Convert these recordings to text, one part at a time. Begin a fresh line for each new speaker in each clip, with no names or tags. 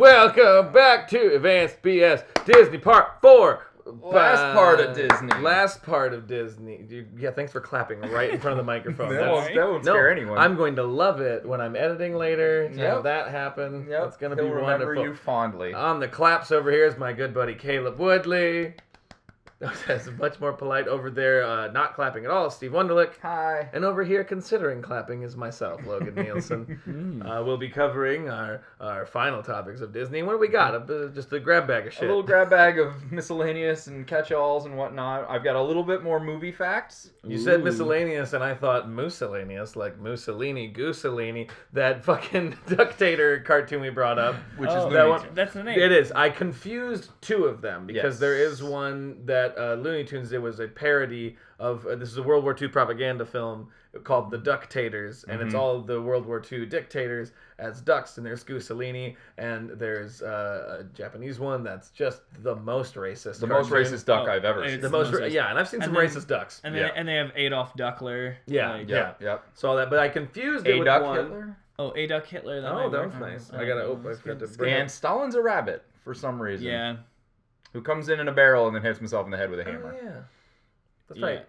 Welcome back to Advanced BS Disney Part 4.
Last
Bye.
part of Disney.
Last part of Disney. Dude, Yeah, thanks for clapping right in front of the microphone.
That
That's-
won't, that won't
no,
scare anyone.
I'm going to love it when I'm editing later. To have
Yep.
that happen.
Yep,
It's going to
he'll
be
remember
wonderful.
you fondly.
On the claps over here is my good buddy Caleb Woodley. That's much more polite over there, uh, not clapping at all, Steve Wunderlich.
Hi.
And over here, considering clapping, is myself, Logan Nielsen.
Hmm.
Uh, we'll be covering our, our final topics of Disney. What do we got? A, bit- just a grab bag of
A
shit.
little grab bag of miscellaneous and catch-alls and whatnot. I've got a little bit more movie facts.
you said
Ooh.
miscellaneous, and I thought miscellaneous, like Mussolini, Goosellini, that fucking dictator cartoon we brought up.
Which
Oh,
that
is Looney
one-
Tunes.
That's the name.
It is. I confused two of them because
Yes.
there is one that uh, Looney Tunes did was a parody of uh, this is a World War II propaganda film called The Ductators, and it's
Mhm.
all the World War II dictators as ducks, and there's Mussolini, and there's uh, a Japanese one that's just the most racist.
The most
cartoon.
racist duck
Oh,
I've ever
it's
seen.
The
the
most,
most
ra-
racist.
yeah, and I've seen some
And then-
racist ducks.
And then
Yeah.
and they have Adolf Duckler.
Yeah,
Like,
yeah.
Yep. Yep.
So all that, but I confused it
A
with
duck
one.
Hitler.
Oh, Adolf Hitler. That
Oh,
might
that
work.
was nice.
Uh,
I gotta- oh, I
that's
forgot
good,
to
that's
bring
good.
it.
And Stalin's a rabbit for some reason.
Yeah.
Who comes in in a barrel and then hits himself in the head with a
Oh,
hammer.
yeah. That's
Yeah.
right.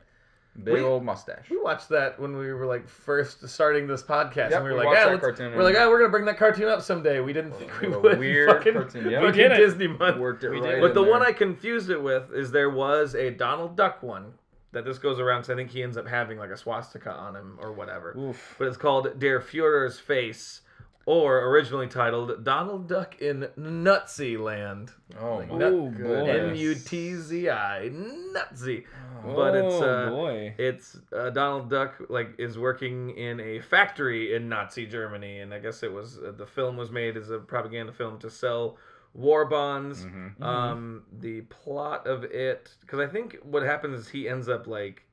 Big
We-
old mustache.
We watched that when we were like first starting this podcast,
Yep,
and we were
we
like,
watched
"Yeah,
that
let's-
cartoon
we're like,
and- Oh,
oh, we're gonna bring that cartoon up someday." We didn't think we
A
would.
weird
fucking,
cartoon, yeah.
We
fucking
did it.
Disney month.
Worked it
We
right.
did.
in
But the
there.
one I confused it with is there was a Donald Duck one that this goes around because I think he ends up having like a swastika on him or whatever.
Oof.
But it's called Der Führer's Face, or originally titled Donald Duck in Nutsy Land.
Oh
Like,
my
nut-
Ooh, boy.
goodness.
N U T Z I Nutsy.
Oh.
But it's, uh,
oh, boy.
It's uh, Donald Duck like is working in a factory in Nazi Germany, and I guess it was uh, the film was made as a propaganda film to sell war bonds.
Mhm.
Um, the plot of it, because I think what happens is he ends up like,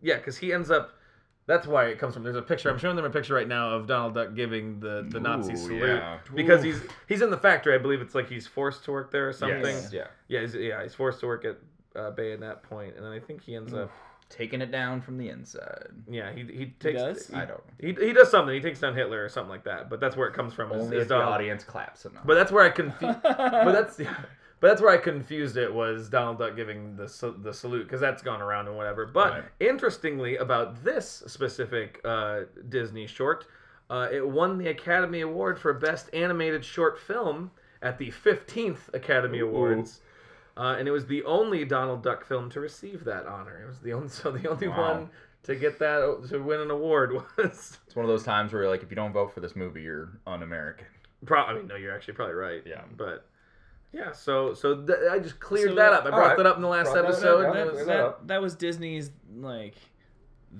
yeah, because he ends up. That's why it comes from. There's a picture. I'm showing them a picture right now of Donald Duck giving the the Nazi
Ooh,
salute
yeah.
because
Oof.
he's he's in the factory. I believe it's like he's forced to work there or something.
Yes, Yeah.
Yeah, he's, yeah, he's forced to work at uh, Bay at that point, and then I think he ends up.
Taking it down from the inside.
Yeah, he he takes.
does?
I don't. know.
He, he does something. He takes down Hitler or something like that. But that's where it comes from. Is,
Only
is
if the
Donald-
audience claps enough.
But that's where I confused. but
but
that's yeah. But that's where I confused it was Donald Duck giving the sa- the salute because that's gone around and whatever. But
Right.
interestingly about this specific uh, Disney short, uh, it won the Academy Award for Best Animated Short Film at the 15th Academy
Ooh.
Awards. Uh, and it was the only Donald Duck film to receive that honor. It was the only so the only
Wow.
one to get that to win an award was.
It's one of those times where, like, if you don't vote for this movie, you're un-American.
Pro- I mean, no, you're actually probably right.
Yeah.
but yeah. So so th- I just cleared
So,
that up. I
all
brought
right.
that up in the last
Brought that
episode.
up,
and
yeah.
it was-
that
that,
up.
that was Disney's like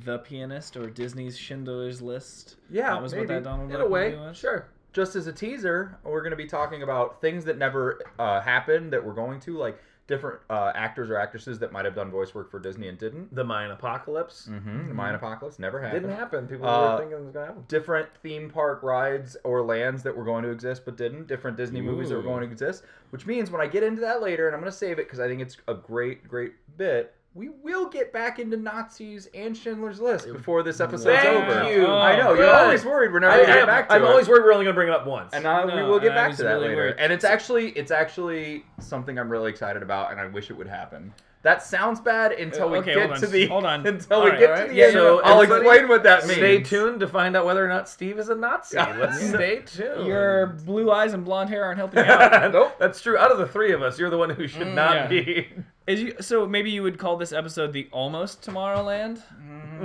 the pianist or Disney's Schindler's List.
yeah,
that was
maybe.
what that Donald
in
Duck
a way,
movie was.
sure.
Just as a teaser, we're going to be talking about things that never uh, happened that we're going to, like different uh, actors or actresses that might have done voice work for Disney and didn't.
The Mayan apocalypse
Mm-hmm. The Mayan Apocalypse never happened.
didn't happen. People
Uh,
were thinking it was gonna happen.
Different theme park rides or lands that were going to exist but didn't. Different Disney movies that were
Ooh.
going to exist. Which means when I get into that later, and I'm going to save it because I think it's a great, great bit. We will get back into Nazis and Schindler's List before this episode's
Thank
over.
you.
Oh,
I know you're
good.
always worried we're never
I,
going to get back to
am
it.
always worried we're only gonna bring it up once.
and I, we
No,
will get
I
back
was
to that
really
later.
worried.
And it's actually it's actually something I'm really excited about, and I wish it would happen. That sounds bad until we
Uh, Okay,
get
hold on.
to the
Hold on.
until we
Alright,
get
alright.
to the
Yeah,
end.
so
I'll
everybody-
explain what that means.
Stay tuned to find out whether or not Steve is a Nazi.
Yeah.
Let's stay tuned.
Your blue eyes and blonde hair aren't helping out.
Nope.
That's true. Out of the three of us, you're the one who should not
yeah.
be.
Is you so maybe you would call this episode the almost Tomorrowland?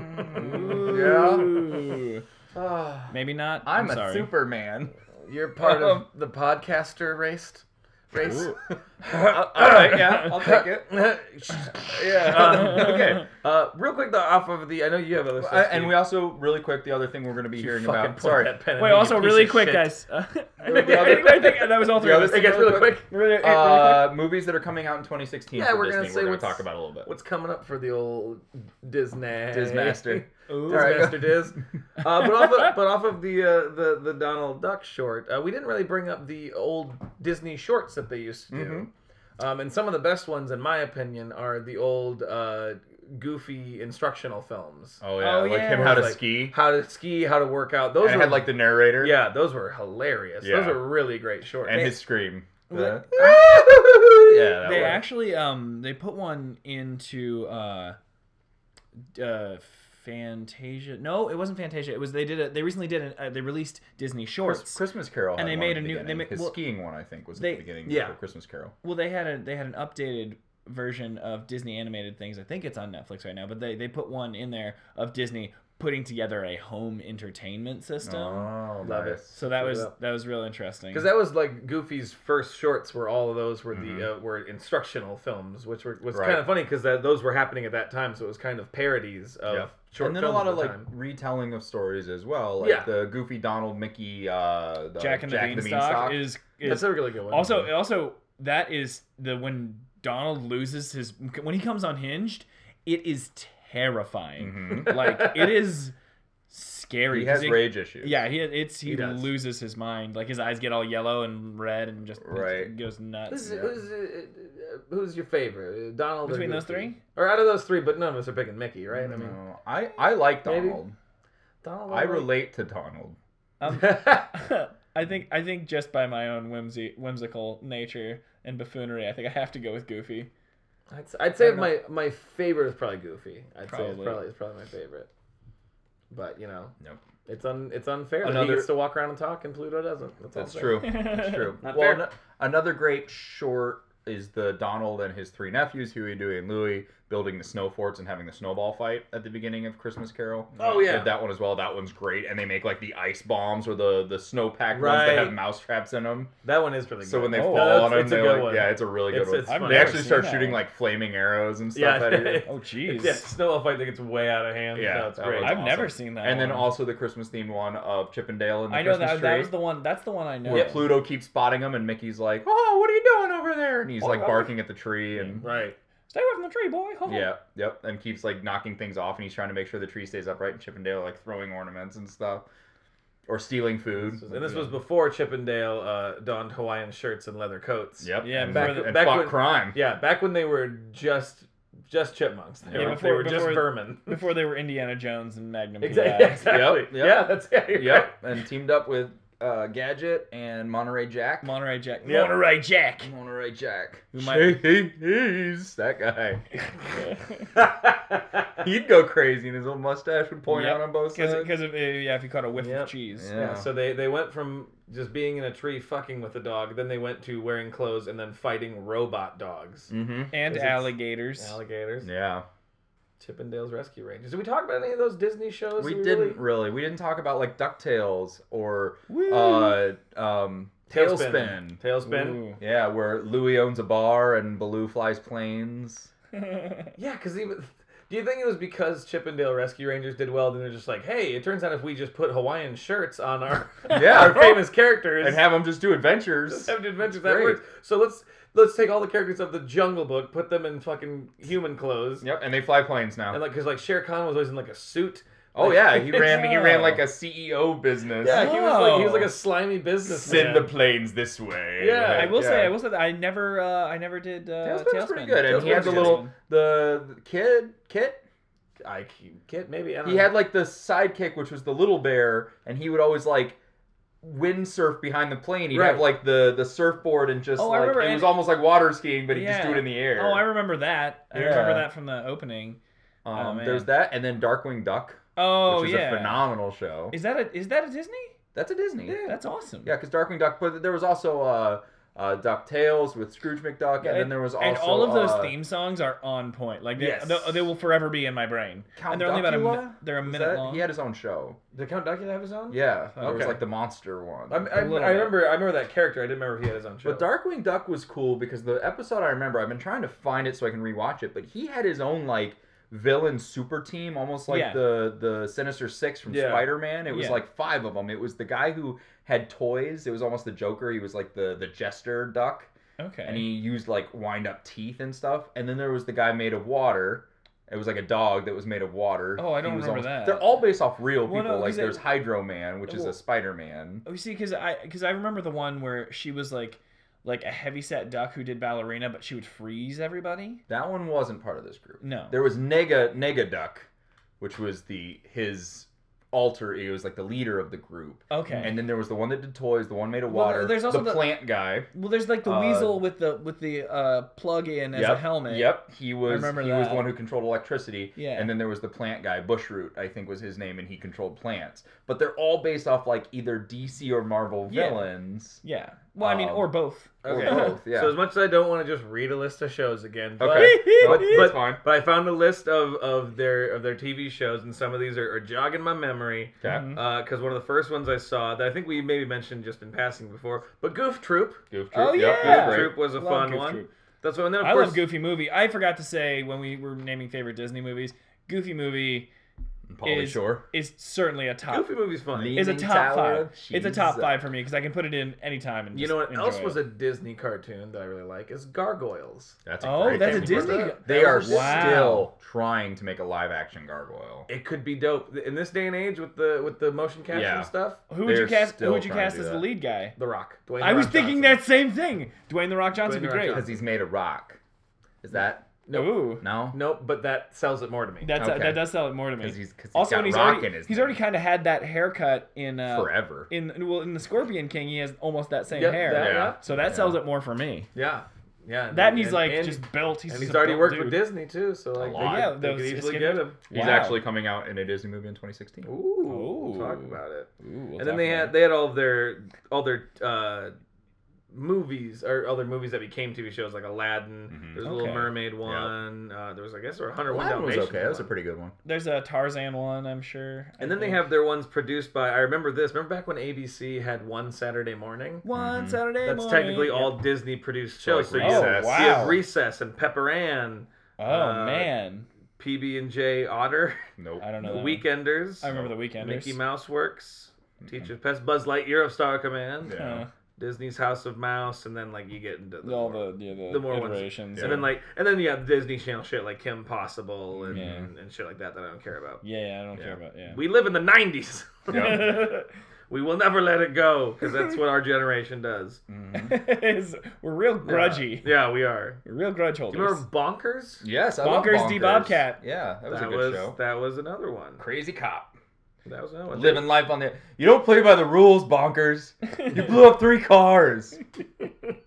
Mm.
Ooh.
yeah.
Maybe not.
I'm, a
sorry.
Superman.
You're part
Um,
of the podcaster race. Race.
All right, yeah, I'll take it.
Uh,
Yeah.
Um,
okay.
Uh, real quick though, off of the, I know you have other stuff.
Uh, and we also really quick the other thing we're going to be hearing about. Sorry.
Wait, also really quick, guys. Uh, I think- I think- I think that was all three
Yeah,
of us.
this-
Hey guys, really
Really
quick.
Really- really quick.
Uh, movies that are coming out in 2016.
Yeah,
for
we're gonna
Disney,
say
we're going
what's-
to talk about a little bit.
What's coming up for the old Disney?
Dismaster.
Ooh.
All right.
Dismaster Diz. Uh, but, off of, but off of the, uh, the the Donald Duck short, uh, we didn't really bring up the old Disney shorts
Mm-hmm.
that they used to do. Um, and some of the best ones, in my opinion, are the old uh, goofy instructional films.
Oh yeah,
Oh,
like
yeah.
him how to
Like,
ski.
How to ski, how to work out. Those
And it
were
had like the narrator.
yeah, those were hilarious. Those
Yeah.
were really great shorts.
And his scream.
Wha-
The- yeah. That
they
one.
actually um they put one into uh uh Fantasia. No, it wasn't Fantasia. It was they did a they recently did an, uh, they released Disney shorts.
Christmas Carol. had
And they
one at
made a
the
new-
beginning.
they ma-
his
well,
skiing one I think was
they-
at the beginning.
yeah.
for Christmas Carol.
Well, they had a they had an updated version of Disney animated things. I think it's on Netflix right now, but they they put one in there of Disney putting together a home entertainment system.
Oh,
Love it.
so that was that was real interesting.
Because that was like Goofy's first shorts, were all of those were the
Mhm.
uh, were instructional films, which were was
Right.
kind of funny because those were happening at that time, so it was kind of parodies of
Yep.
short
And
films.
then a lot
at
of
the
like
time.
retelling of stories as well. Like
Yeah.
the Goofy, Donald, Mickey, uh, the
Jack and the Beanstalk, is
that's
is
a really good one.
also also that is the when Donald loses his when he comes unhinged, it is terrifying.
Mhm.
like it is scary.
He has
'cause it-
rage issues.
Yeah, he it's he,
He does.
loses his mind. Like his eyes get all yellow and red and just
Right.
goes
This
nuts.
is- who's, uh, uh, who's your favorite, Uh, Donald? or
Between those
Goofy?
three?
or out of those three, but none of us are picking Mickey, right? I mean,
No, I I like
Maybe.
Donald.
Donald.
I relate to Donald.
Um,
relate.
I think I think just by my own whimsy whimsical nature and buffoonery, I think I have to go with Goofy.
I'd, I'd say
I'm
my my favorite is probably Goofy. I'd say it's
Probably.
probably it's probably my favorite. But you know,
Nope.
it's un it's unfair that he
Another-
gets to walk around and talk, and Pluto doesn't. That's, all I'm
That's
saying.
true. That's true.
Not fair.
well, ano- another great short is the Donald and his three nephews, Huey, Dewey, and Louie, building the snow forts and having the snowball fight at the beginning of Christmas Carol.
Oh, yeah.
Did that one as well. That one's great. And they make like the ice bombs or the the snowpack ones
Right.
that have mouse traps in them.
That one is really
So
good.
when they
Oh,
fall
that's-
on them,
it's a
they're
good
like,
one.
yeah, it's a really good
It's-
one.
it's funny.
they actually
I've
start
seen
shooting
that.
like flaming arrows and stuff
yeah,
at it.
Oh jeez.
it's yeah, snowball fight that gets way out of hand.
Yeah,
no, it's
that
great.
was-
I've
awesome.
never seen that.
And then
one.
also the Christmas themed one of Chippendale and the
Um, I know
Christmas
that
tree.
that was the one. That's the one I know.
where Pluto keeps spotting him, and Mickey's like, "Oh, what are you doing over there?" And he's
Oh,
like
oh.
barking at the tree, and
Right.
Stay away from the tree, boy. Ho, ho.
yeah, yep, and keeps like knocking things off, and he's trying to make sure the tree stays upright. And Chippendale are, like throwing ornaments and stuff, or stealing food.
And this was before Chippendale uh, donned Hawaiian shirts and leather coats.
yep,
Yeah,
and,
back-
and
back
fought
when-
crime.
Yeah, back when they were just just chipmunks. They,
Yeah,
were,
before-
they were
before-
just vermin.
Before they were Indiana Jones and Magnum.
exactly.
PI.
exactly.
yep.
Yeah, that's yeah. you're right.
yep, and teamed up with uh, Gadget and Monterey Jack.
Monterey Jack.
Yeah.
Monterey Jack.
Monterey Jack.
Who
Who
might-
he's that guy. He'd go crazy, and his little mustache would point
Yep.
out on both sides.
Because of uh, yeah, if you caught a whiff
Yep.
of cheese.
Yeah.
Yeah, so they, they went from just being in a tree fucking with a dog, then they went to wearing clothes and then fighting robot dogs.
hmm
And
Because it's-
alligators.
Mm.
Alligators.
Yeah.
Chippendale's Rescue Rangers. Did we talk about any of those Disney shows?
We
that
didn't really. We didn't talk about like Ducktales or
Woo.
uh, um,
Tailspin.
Tailspin.
Tailspin.
Ooh.
Yeah, where Louis owns a bar and Baloo flies planes.
Yeah, because even. Do you think it was because Chippendale Rescue Rangers did well? Then they're just like, hey, it turns out if we just put Hawaiian shirts on our,
Yeah.
our famous characters
And have them just do adventures.
have adventures, that
great.
works. So let's let's take all the characters of the Jungle Book, put them in fucking human clothes,
Yep, and they fly planes now.
and like because like Shere Khan was always in like a suit.
oh
Like-
yeah, he ran. He ran
Oh.
like a CEO business.
Yeah, he was like he was like
Oh.
a slimy businessman.
Send the planes this way.
Yeah.
Like,
I will say,
yeah.
I will say that I never, uh, I never did. Uh,
Tailspin's pretty good, and he
Tailspin's
had the
good.
little the, the kid kit.
I kid maybe I don't
He
know.
had like the sidekick, which was the little bear, and he would always like windsurf behind the plane. He'd have
Right.
like the the surfboard and just
Oh,
like
I remember,
it
and-
was almost like water skiing, but he'd just do
Yeah.
it in the air.
Oh, I remember that. I
Yeah.
remember that from the opening.
um,
Oh, man.
There's that, and then Darkwing Duck,
Oh
which is
yeah.
a phenomenal show.
Is that a is that a Disney?
That's a Disney.
That's awesome.
yeah, because Darkwing Duck. But there was also uh, uh, Ducktales with Scrooge McDuck, and, then there was also
and all of those
uh,
theme songs are on point. Like they,
Yes.
they, they will forever be in my brain.
Count
and they're only about a
Duckula?
mi- they're a
was
minute
that-
long.
He had his own show.
Did Count Dracula have his own?
Yeah, there was
Okay.
like the monster one.
I, I, I
A little bit.
remember I remember that character. I didn't remember if he had his own show.
But Darkwing Duck was cool because the episode I remember, I've been trying to find it so I can rewatch it, but he had his own like villain super team, almost like
Yeah.
the the Sinister Six from
Yeah.
Spider Man. It was
Yeah.
like five of them. It was the guy who had toys. It was almost the Joker. He was like the the jester duck,
okay.
and he used like wind up teeth and stuff. And then there was the guy made of water. It was like a dog that was made of water.
Oh, I don't
He was
remember that.
They're all based off real people.
Well, no,
like
'cause it-
there's Hydro Man, which is
Well-
a Spider Man.
Oh, you see, because I because I remember the one where she was like, like a heavyset duck who did ballerina, but she would freeze everybody.
That one wasn't part of this group.
No.
There was Nega Nega Duck, which was the his alter ego, was like the leader of the group.
Okay.
And then there was the one that did toys, the one made of
Well,
water,
there's also
the,
the-
plant guy.
well, there's like the
uh,
weasel with the with the uh, plug in as
yep,
a helmet.
Yep, he was.
remember
he was
that.
the one who controlled electricity.
Yeah.
And then there was the plant guy, Bushroot, I think was his name, and he controlled plants. But they're all based off like either DC or Marvel
Yeah.
villains.
Yeah. Well, I mean,
Um,
or both.
Or
Okay.
both, yeah.
So as much as I don't want to just read a list of shows again, but,
Okay,
but,
Nope, that's
but,
fine.
but I found a list of, of their of their TV shows, and some of these are, are jogging my memory.
Okay.
Mhm.
Because one of the first ones I saw that I think we maybe mentioned just in passing before, but Goof Troop.
Goof Troop.
Oh,
yep,
yeah.
Goof
Goof
Troop.
Troop was a
Love
fun
Goof
one.
Troop.
That's what. And then of
I
course,
love Goofy movie. I forgot to say when we were naming favorite Disney movies, Goofy movie
And Polly
is-
Shore.
is certainly a top.
Goofy movie's fun.
Lean-
is a
Leaning
top
Tower
five.
of
It's a top
Cheese.
five for me because I can put it in any time. And
You
just
know what
enjoy
else
it.
was a Disney cartoon that I really like is Gargoyles.
That's
Oh,
great
that's a
Disney.
Disney. Oh,
cartoon.
They are
Wow.
still trying to make a live action gargoyle.
It could be dope in this day and age with the with the motion capture
Yeah.
stuff.
Who would you
They're
cast? Who
still
would you
trying to
cast
do
as the
that.
lead guy?
The Rock. Dwayne The
I was
Rock
thinking
Johnson.
that same thing. Dwayne the Rock Johnson
Dwayne
would
The
be
Rock
great.
Because he's made of rock. Is that
Nope.
Ooh,
no?
Nope, but that sells it more to me.
that's uh,
Okay.
that does sell it more to me.
Because he's, cause he's
also,
got
and he's
rock
already
in his
he's
name
already kind of had that haircut in uh,
forever.
in well in the Scorpion King. He has almost that same
Yep,
hair.
that-
Yeah.
So that sells it more for me.
Yeah, yeah. and-
That and he's
and-
like
and-
just built. He's
and
just
he's
a
already
built
worked
dude.
with Disney too, so like
lot.
they,
Yeah,
could- they
those-
could
it's
easily
gonna-
get him.
He's
Wow.
actually coming out in a Disney movie in 2016.
Ooh,
Ooh.
We'll talk about it.
Ooh, we'll
and
talk
then they
about
had
it.
they had all of their all their uh, movies or other movies that became TV shows like Aladdin.
Mhm.
There was a Little
Okay.
Mermaid one. Uh, there was I guess there were 101
Aladdin was
Dalmatians.
okay. That was a
one.
pretty good one.
There's a Tarzan one, I'm sure. I
And then they
think.
have their ones produced by. I remember this. Remember back when ABC had one Saturday morning.
one
Mhm.
Saturday
Mm-hmm. That's
morning. Oh,
technically all Disney produced shows. So,
like,
you,
Recess.
have, you
Wow.
have Recess and Pepper Ann,
Oh
uh,
man,
PB and J Otter,
Nope.
I don't know. that one.
Weekenders,
I remember the Weekenders. Mm-hmm.
Mickey Mouse Works, Teacher's Pet, Buzz Lightyear of Star Command,
Yeah.
Uh,
Disney's House of Mouse, and then like you get into the
all
more-
the yeah, the,
the more ones.
iterations.
and then like and then you have Disney Channel shit like Kim Possible and,
Yeah.
and shit like that that I don't care about.
yeah, I don't care
Yeah.
about yeah.
We live in the '90s.
Yeah.
we will never let it go because that's what our generation does.
Mm-hmm.
Mhm.
It's- We're real grudgy.
Yeah, we are.
We're real grudge
Do
holders.
you remember Bonkers?
Yes, I love
Bonkers D. Bobcat.
Yeah, that was
that
a good
was
show.
that was another one.
Crazy cop.
That was another one.
Living life on the. You don't play by the rules, bonkers. You blew up three cars.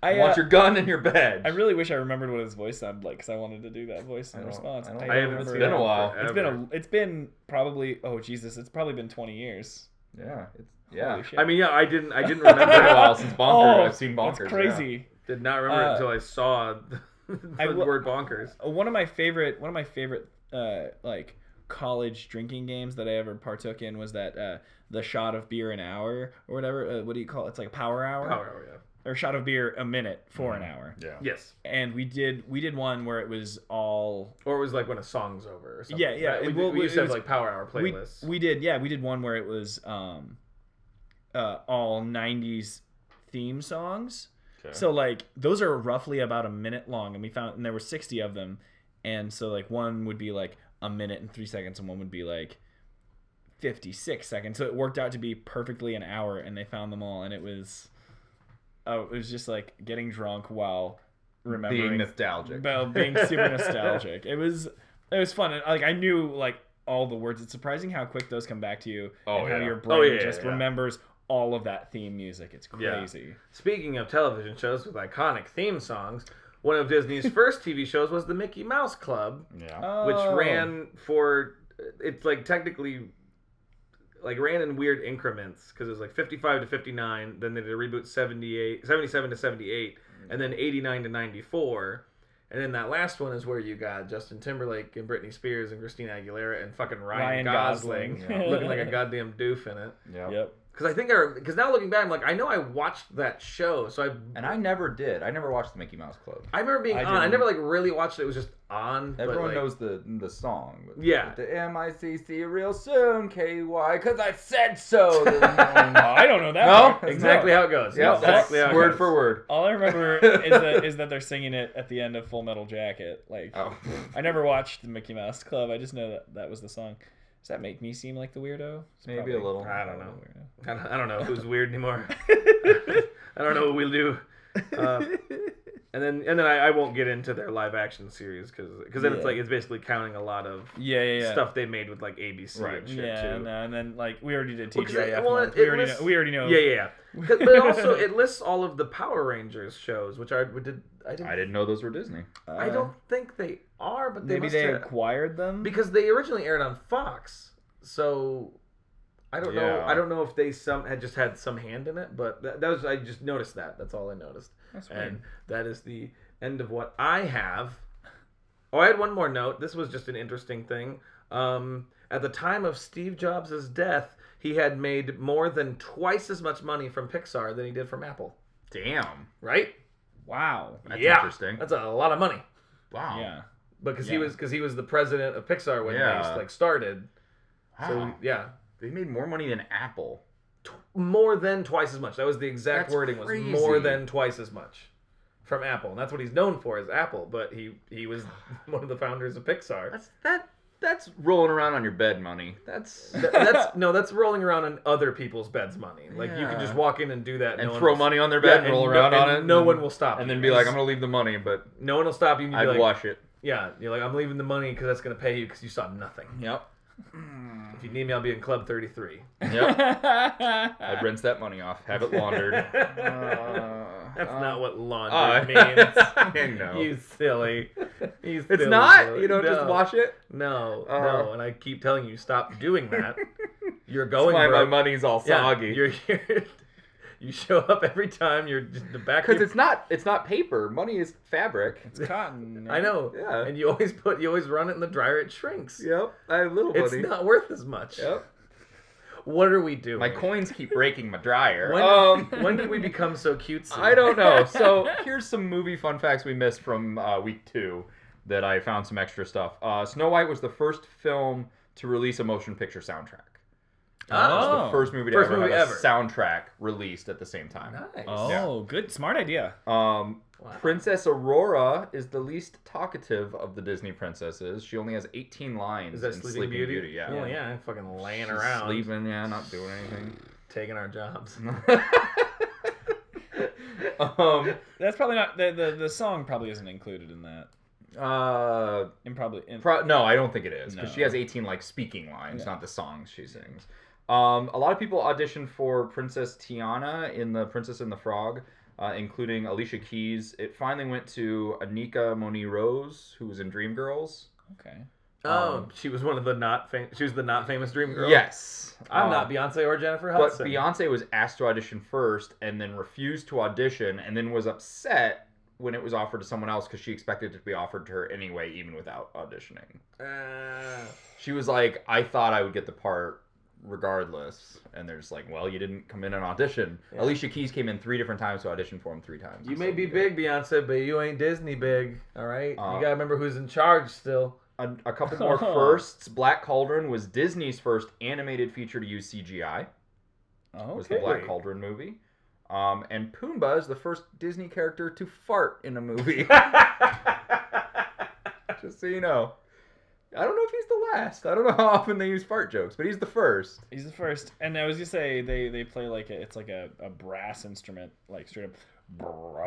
I,
You
uh,
want your gun in your bed.
I really wish I remembered what his voice sounded like because I wanted to do that voice
I
in
don't-
response.
I don't
I haven't
remember
seen
It's
that
been a
in
while.
forever.
It's been a. It's been probably. Oh Jesus! It's probably been twenty years.
Yeah, it's yeah.
Holy shit.
I mean, yeah, I didn't. I didn't
It's been a
remember.
while since bonkers.
Oh,
I've seen bonkers.
That's
yeah.
crazy.
did not remember
Uh,
it until I saw the,
I
the
will-
word bonkers.
Uh, One of my favorite. One of my favorite. Uh, like college drinking games that I ever partook in was that uh, the shot of beer an hour or whatever. Uh, what do you call it? It's like power hour oh,
Power, yeah.
or shot of beer a minute for an hour.
Yeah.
Yes.
And we did. We did one where it was all
Or it was like when a song's over or something.
Yeah, yeah,
Right? We,
it-
did-
well,
we used
it
to have
was-
like power hour
we,
playlists.
we did yeah we did one where it was um uh all 90s theme songs
Okay.
so like those are roughly about a minute long and we found and there were 60 of them and so like one would be like a minute and three seconds and one would be like 56 seconds so it worked out to be perfectly an hour and they found them all and it was oh it was just like getting drunk while remembering
Being nostalgic.
about being super nostalgic. It was it was fun. And, like I knew like all the words. It's surprising how quick those come back to you
Oh,
and how
yeah.
your
Oh,
brain
yeah,
just
yeah.
remembers all of that theme music. It's
Yeah.
crazy.
Speaking of television shows with iconic theme songs, one of Disney's first TV shows was the Mickey Mouse Club,
Yeah.
Oh.
which ran for it's like technically like ran in weird increments because it was like 55 to 59 then they did a reboot 78 77 to 78
Mm.
and then 89 to 94 and then that last one is where you got Justin Timberlake and Britney Spears and Christina Aguilera and fucking Ryan,
Ryan
Gosling,
Gosling.
looking like a goddamn doof in it.
Yeah.
Yep.
Because I think I because now looking back, I'm like I know I watched that show, so I
And I never did. I never watched the Mickey Mouse Club.
I remember being
I
on. I
didn't.
never like really watched it. It was just on. but,
Everyone
like-
knows the the song. but-
Yeah.
The MICC real soon, KY, because I said so. I
Oh, I don't know that.
No?
part.
exactly how it goes.
Yeah,
That's
that's
exactly how it
word
goes.
for word.
All I remember is that is that they're singing it at the end of Full Metal Jacket. Like
Oh.
I never watched the Mickey Mouse Club. I just know that that was the song. Does that make me seem like the weirdo? It's
Maybe a little.
probably
I don't know.
the weirdo.
I don't, I don't know who's weird anymore. I don't know what we'll do. Uh, and then and then I, I won't get into their live action series because then it's
Yeah.
like it's basically counting a lot of
Yeah, yeah, yeah.
stuff they made with like ABC
Right.
and shit
Yeah,
too.
no, and then like we already did
Well, 'cause
TGIF.
it- well,
month.
it-
we
it
already
lists-
know. We already know.
Yeah, yeah, yeah. 'Cause- But it also, it lists all of the Power Rangers shows, which I did. I didn't.
I didn't know those were Disney.
Uh,
I don't think they are, but they
Maybe
must
they
have,
acquired them.
because they originally aired on Fox. So I don't know.
Yeah.
I don't know if they some had just had some hand in it, but that, that was I just noticed that. That's all I noticed,
That's weird.
and that is the end of what I have. Oh, I had one more note. This was just an interesting thing. Um, at the time of Steve Jobs' death, he had made more than twice as much money from Pixar than he did from Apple.
Damn.
Right?
Wow.
That's
Yeah.
interesting.
That's a lot of money.
wow.
Yeah.
because he
Yeah.
was because he was the president of Pixar when
Yeah.
they like started. So
Wow.
yeah,
they made more money than Apple.
Tw- more than twice as much. That was the exact
That's
wording was
crazy.
more than twice as much from Apple, and that's what he's known for is Apple. But he he was one of the founders of Pixar.
That's that. That's rolling around on your bed money. That's
That- that's no, that's rolling around on other people's beds money. Like you can
Yeah.
just walk in and do that,
and
no one
throw
will-
money on their
Yeah,
bed and roll around
no,
on
and
it.
No
and-
one will stop,
And
you.
then be like, I'm gonna leave the money, but
no one will stop you. And you'd be
I'd
like,
wash it.
yeah, you're like, I'm leaving the money because that's gonna pay you because you saw nothing.
Yep.
If you need me, I'll be in Club 33.
Yep. I'd rinse that money off, have it laundered.
That's not what laundry
Uh, I
means.
know.
You silly. You
It's
silly
not.
boy.
You don't
no,
just wash it.
No,
Uh-huh.
no, and I keep telling you stop doing that. You're
That's
going
why my
broke.
money's all
Yeah,
soggy.
You're, you're, you show up every time. You're just the back. of
Because
your-
it's not. It's not paper. Money is fabric.
It's cotton.
I know.
Yeah.
And you always put. You always run it in the dryer. It shrinks.
Yep. I have little
It's
money.
not worth as much.
Yep.
What are we doing?
My coins keep breaking my dryer.
When,
um,
when did we become so cutesy?
I don't know. So here's some movie fun facts we missed from uh, week two that I found some extra stuff. Uh, Snow White was the first film to release a motion picture soundtrack. It was
Oh,
Oh.
the first movie to
First
ever
movie
have
ever.
a soundtrack released at the same time.
nice.
Oh, good, smart idea.
Um,
Wow.
Princess Aurora is the least talkative of the Disney princesses. She only has 18 lines.
Is that
in
Sleeping, Beauty?
Yeah.
Well, yeah. Fucking laying
She's
around,
sleeping. Yeah, not doing anything.
taking our jobs.
um,
That's probably not the, the the song. Probably isn't included in that.
uh,
And probably in,
Pro- no, I don't think it is because she
No.
has 18 like speaking lines,
No.
not the songs she sings. Um, a lot of people auditioned for Princess Tiana in the Princess and the Frog, uh, including Alicia Keys. It finally went to Anika Moni Rose, who was in Dreamgirls.
okay.
Oh,
Um,
she was one of the not fam- she was the not famous dream girl.
Yes,
I'm
Um,
not Beyonce or Jennifer
But
Hudson.
Beyonce was asked to audition first, and then refused to audition, and then was upset when it was offered to someone else because she expected it to be offered to her anyway, even without auditioning.
Uh,
She was like, I thought I would get the part regardless. And they're just like, well, you didn't come in and audition.
Yeah.
Alicia Keys came in three different times, so I auditioned for him three times.
you
So
may be
we did.
big, Beyonce, but you ain't Disney big. All right,
Uh,
you gotta remember who's in charge still.
A, a couple more firsts. Black Cauldron was Disney's first animated feature to use CGI.
Okay.
Was the Black Cauldron movie. Um, and Pumbaa is the first Disney character to fart in a movie. just so you know. I don't know if he's the last. I don't know how often they use fart jokes, but he's the first.
He's the first, and I was gonna say they they play like a, it's like a, a brass instrument, like straight up.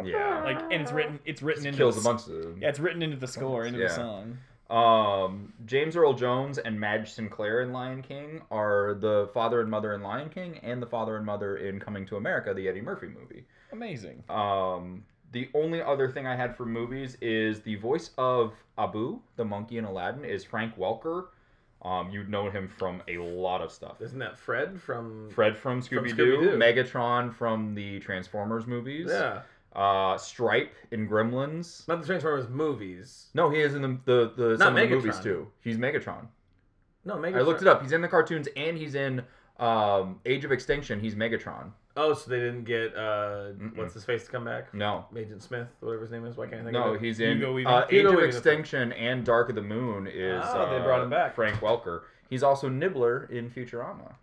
Yeah.
Like and it's written it's written into
Kills
the,
a
s-
bunch of them.
Yeah, it's written into the score, into
Yeah.
the song.
Um, James Earl Jones and Madge Sinclair in Lion King are the father and mother in Lion King and the father and mother in Coming to America, the Eddie Murphy movie.
Amazing.
Um, the only other thing I had for movies is the voice of Abu, the monkey in Aladdin, is Frank Welker. Um, you'd know him from a lot of stuff.
Isn't that Fred from?
Fred from Scooby Doo,
Scooby-Doo.
Megatron from the Transformers movies,
Yeah,
uh, Stripe in Gremlins.
not the Transformers movies.
No, he is in the the, the
Not
some of the movies
Megatron.
too. He's Megatron.
No, Megatron.
I looked it up. He's in the cartoons and he's in um, Age of Extinction. He's Megatron.
Oh, so they didn't get uh,
Mm-mm.
what's his face to come back?
No.
Agent Smith, whatever his name is. Why can't I think
No,
of it?
he's in
Hugo Weaving.
uh, Age
Hugo
of
Weaving.
Extinction and Dark of the Moon is
Oh, they
uh,
brought him back.
Frank Welker. He's also Nibbler in Futurama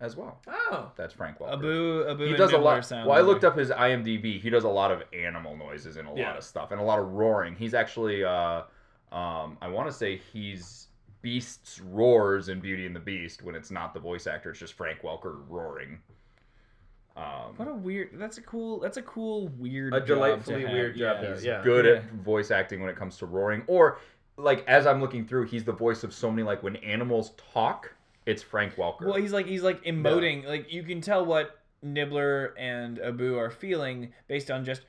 as well.
Oh,
That's Frank Welker.
Abu Abu.
He
and
does a
Nibbler
lot.
Sound
Well, I looked up his IMDb. He does a lot of animal noises and a
Yeah.
lot of stuff and a lot of roaring. He's actually, uh, um, I want to say he's Beast's roars in Beauty and the Beast when it's not the voice actor; it's just Frank Welker roaring. Um,
What a weird. That's a cool. That's a cool weird.
A
job to
delightfully
have.
weird job there,
he's
yeah.
good
Yeah.
at voice acting when it comes to roaring. Or like as I'm looking through, he's the voice of so many like when animals talk, it's Frank Welker.
Well, he's like he's like emoting. Like you can tell what Nibbler and Abu are feeling based on just.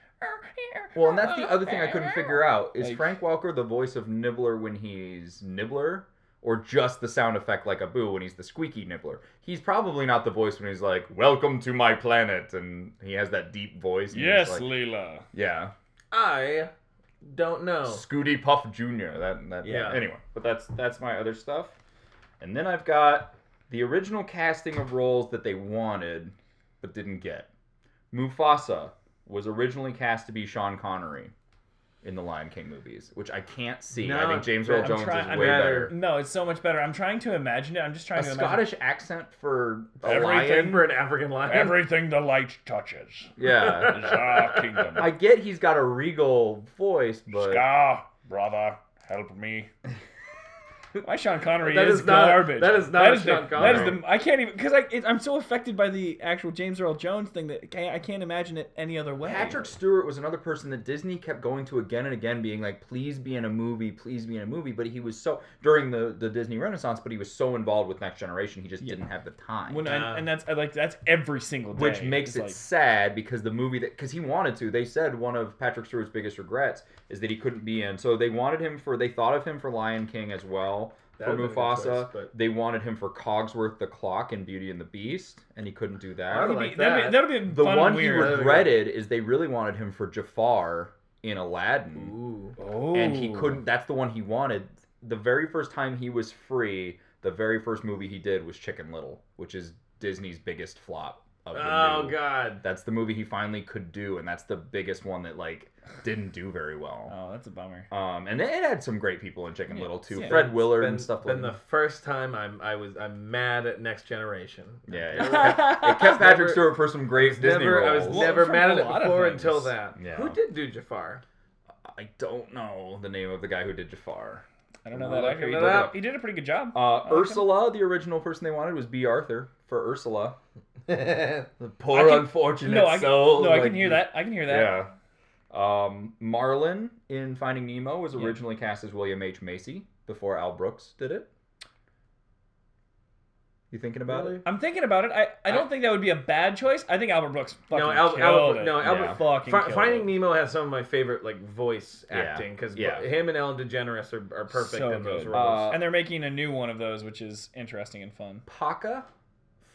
Well, and that's the other thing I couldn't figure out is
Like-
Frank Welker the voice of Nibbler when he's Nibbler, or just the sound effect like a boo when he's the squeaky Nibbler. He's probably not the voice when he's like "Welcome to my planet" and he has that deep voice. and he's like-
Leela.
yeah,
I don't know.
Scooty Puff Jr. That that
Oh. Yeah.
Anyway, but that's that's my other stuff, and then I've got the original casting of roles that they wanted but didn't get. Mufasa was originally cast to be Sean Connery in the Lion King movies, which I can't see. I
No,
think James Earl
I'm
Jones
trying-
is
I'm
way
better.
better.
No, it's so much better. I'm trying to imagine it. I'm just trying
A
to
Scottish accent for a
Everything.
lion.
For an African lion.
imagine everything the light touches
Yeah,
our kingdom.
I get he's got a regal voice, but
Scar, brother, help me. My Sean Connery
That
is,
is not-
garbage.
that is not a
the-
Sean
That is
Connery.
the I can't even because I it, I'm so affected by the actual James Earl Jones thing that I can't, I can't imagine it any other way.
Patrick Stewart was another person that Disney kept going to again and again, being like, "Please be in a movie, please be in a movie." But he was so during the the Disney Renaissance, but he was so involved with Next Generation, he just
Yeah.
didn't have the time,
When
Uh,
I, and that's I like that's every single day,
which makes
It's
it
like,
sad because the movie that because he wanted to, they said one of Patrick Stewart's biggest regrets is that he couldn't be in. So they wanted him for they thought of him for Lion King as well.
That
for
would've been a good
Mufasa,
choice, but-
they wanted him for Cogsworth the Clock and Beauty and the Beast, and he couldn't do that.
I
that'd,
don't like
be, that'd,
that.
be, that'd be
The
fun
one
and
he
weird.
regretted is they really wanted him for Jafar in Aladdin,
Ooh.
oh.
and he couldn't. That's the one he wanted. The very first time he was free, the very first movie he did was Chicken Little, which is Disney's biggest flop. Of the
Oh
new.
God.
That's the movie he finally could do, and that's the biggest one that like didn't do very well.
Oh, that's a bummer.
Um, and it had some great people in Chicken
Yeah,
Little too,
yeah.
Fred Willard
Been,
and stuff like
been the first time I'm I was I'm mad at Next Generation.
Yeah, it kept, it kept Patrick
Never-
Stewart for some great Disney
never I
roles.
was
Well,
never
from
mad
a
at it
lot of
before
things.
until that.
Yeah.
Who did do Jafar?
I don't know the name of the guy who did Jafar.
I don't know
We're
that actor.
looking
He
it
did, a,
up.
he did a pretty good job.
Uh,
I like
Ursula, the original person they wanted was B. Arthur for Ursula. The
I
poor
can-
unfortunate
no, I can,
soul.
no, I
like,
can hear that. I can hear that.
Yeah. Um, Marlin in Finding Nemo was
Yeah.
originally cast as William H. Macy before Al Brooks did it. You thinking about it?
I'm thinking about it. I, I don't think that would be a bad choice. I think Albert Brooks fucking
No, Al-
killed
Albert-
it.
no, Albert-
yeah. fucking
Fi-
killed
Finding
it.
Nemo has some of my favorite like voice
Yeah.
acting because
Yeah.
him and Ellen DeGeneres are, are perfect
So
in those
good.
roles.
Uh,
and they're making a new one of those, which is interesting and fun.
Paka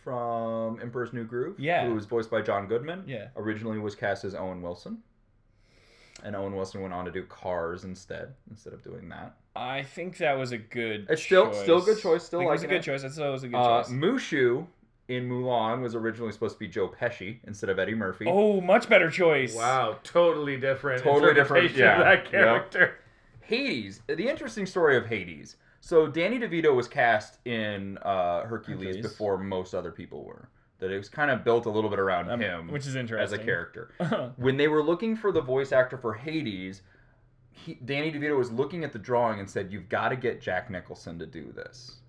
from Emperor's New Groove,
Yeah.
who was voiced by John Goodman,
Yeah.
originally was cast as Owen Wilson. And Owen Wilson went on to do Cars instead, instead of doing that.
I think that was a good.
It's still-
choice.
still good choice, still
I think it was a
liking
good
it.
choice. I thought it was a good
Uh,
choice.
Mushu in Mulan was originally supposed to be Joe Pesci instead of Eddie Murphy.
Oh, much better choice.
wow, totally different.
Totally different,
interpretation
yeah,
Of that
yeah.
character.
Hades, the interesting story of Hades. So Danny DeVito was cast in uh, Hercules,
Hercules.
before most other people were. That it was kind of built a little bit around
Um,
him
which is
as a
interesting
character.
character.
When they were looking for the voice actor for Hades, he, Danny DeVito was looking at the drawing and said, "You've got to get Jack Nicholson to do this."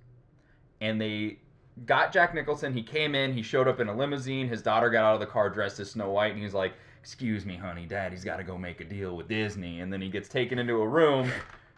And they got Jack Nicholson. He came in. He showed up in a limousine. His daughter got out of the car dressed as Snow White, and he's like, "Excuse me, honey, Daddy's got to go make a deal with Disney." And then he gets taken into a room,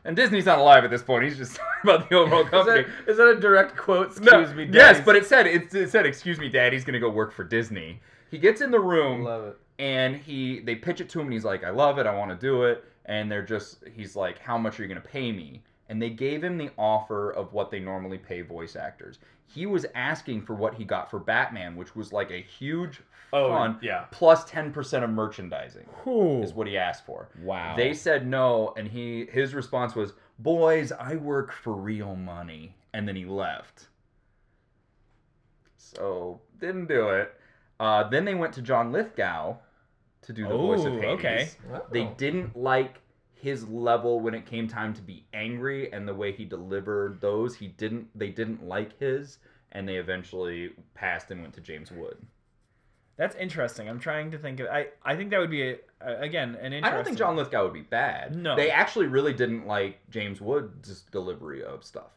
and Disney's not alive at this point. He's just sorry about the overall
Is
company.
that, is that a direct quote?
No,
Excuse me.
yes,
Daddy's-
but it said it, it said, "Excuse me, Daddy's going to go work for Disney." He gets in the room
love it.
and he they pitch it to him and he's like i love it i want to do it and they're just he's like how much are you going to pay me and they gave him the offer of what they normally pay voice actors he was asking for what he got for batman which was like a huge
Oh
fun
yeah.
plus 10% of merchandising
Ooh.
is what he asked for
wow.
they said no and he his response was boys i work for real money and then he left so didn't do it uh, then they went to john lithgow to do the voice of
Ooh,
Hades.
okay.
they
Wow.
didn't like his level when it came time to be angry and the way he delivered those he didn't they didn't like his and they eventually passed and went to james wood
That's interesting. I'm trying to think of. I I think that would be a, a- again an interesting.
I don't think John Lithgow would be bad.
No.
They actually really didn't like James Wood's delivery of stuff.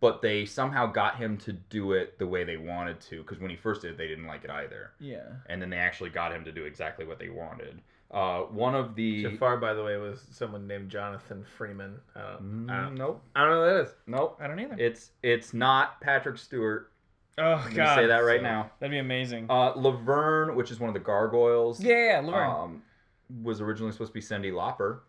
but they somehow got him to do it the way they wanted to because when he first did it, they didn't like it either
Yeah.
and then they actually got him to do exactly what they wanted uh, one of the
Jafar, by the way, was someone named Jonathan Freeman. I don't,
Ah.
I
Mm,
don't,
nope
I don't know who that is.
nope
I don't either.
it's it's not patrick stewart
oh
i'm
god.
gonna say that right
so-
now
That'd be amazing.
uh, laverne which is one of the gargoyles
yeah, yeah, yeah, Laverne.
um, was originally supposed to be cindy lauper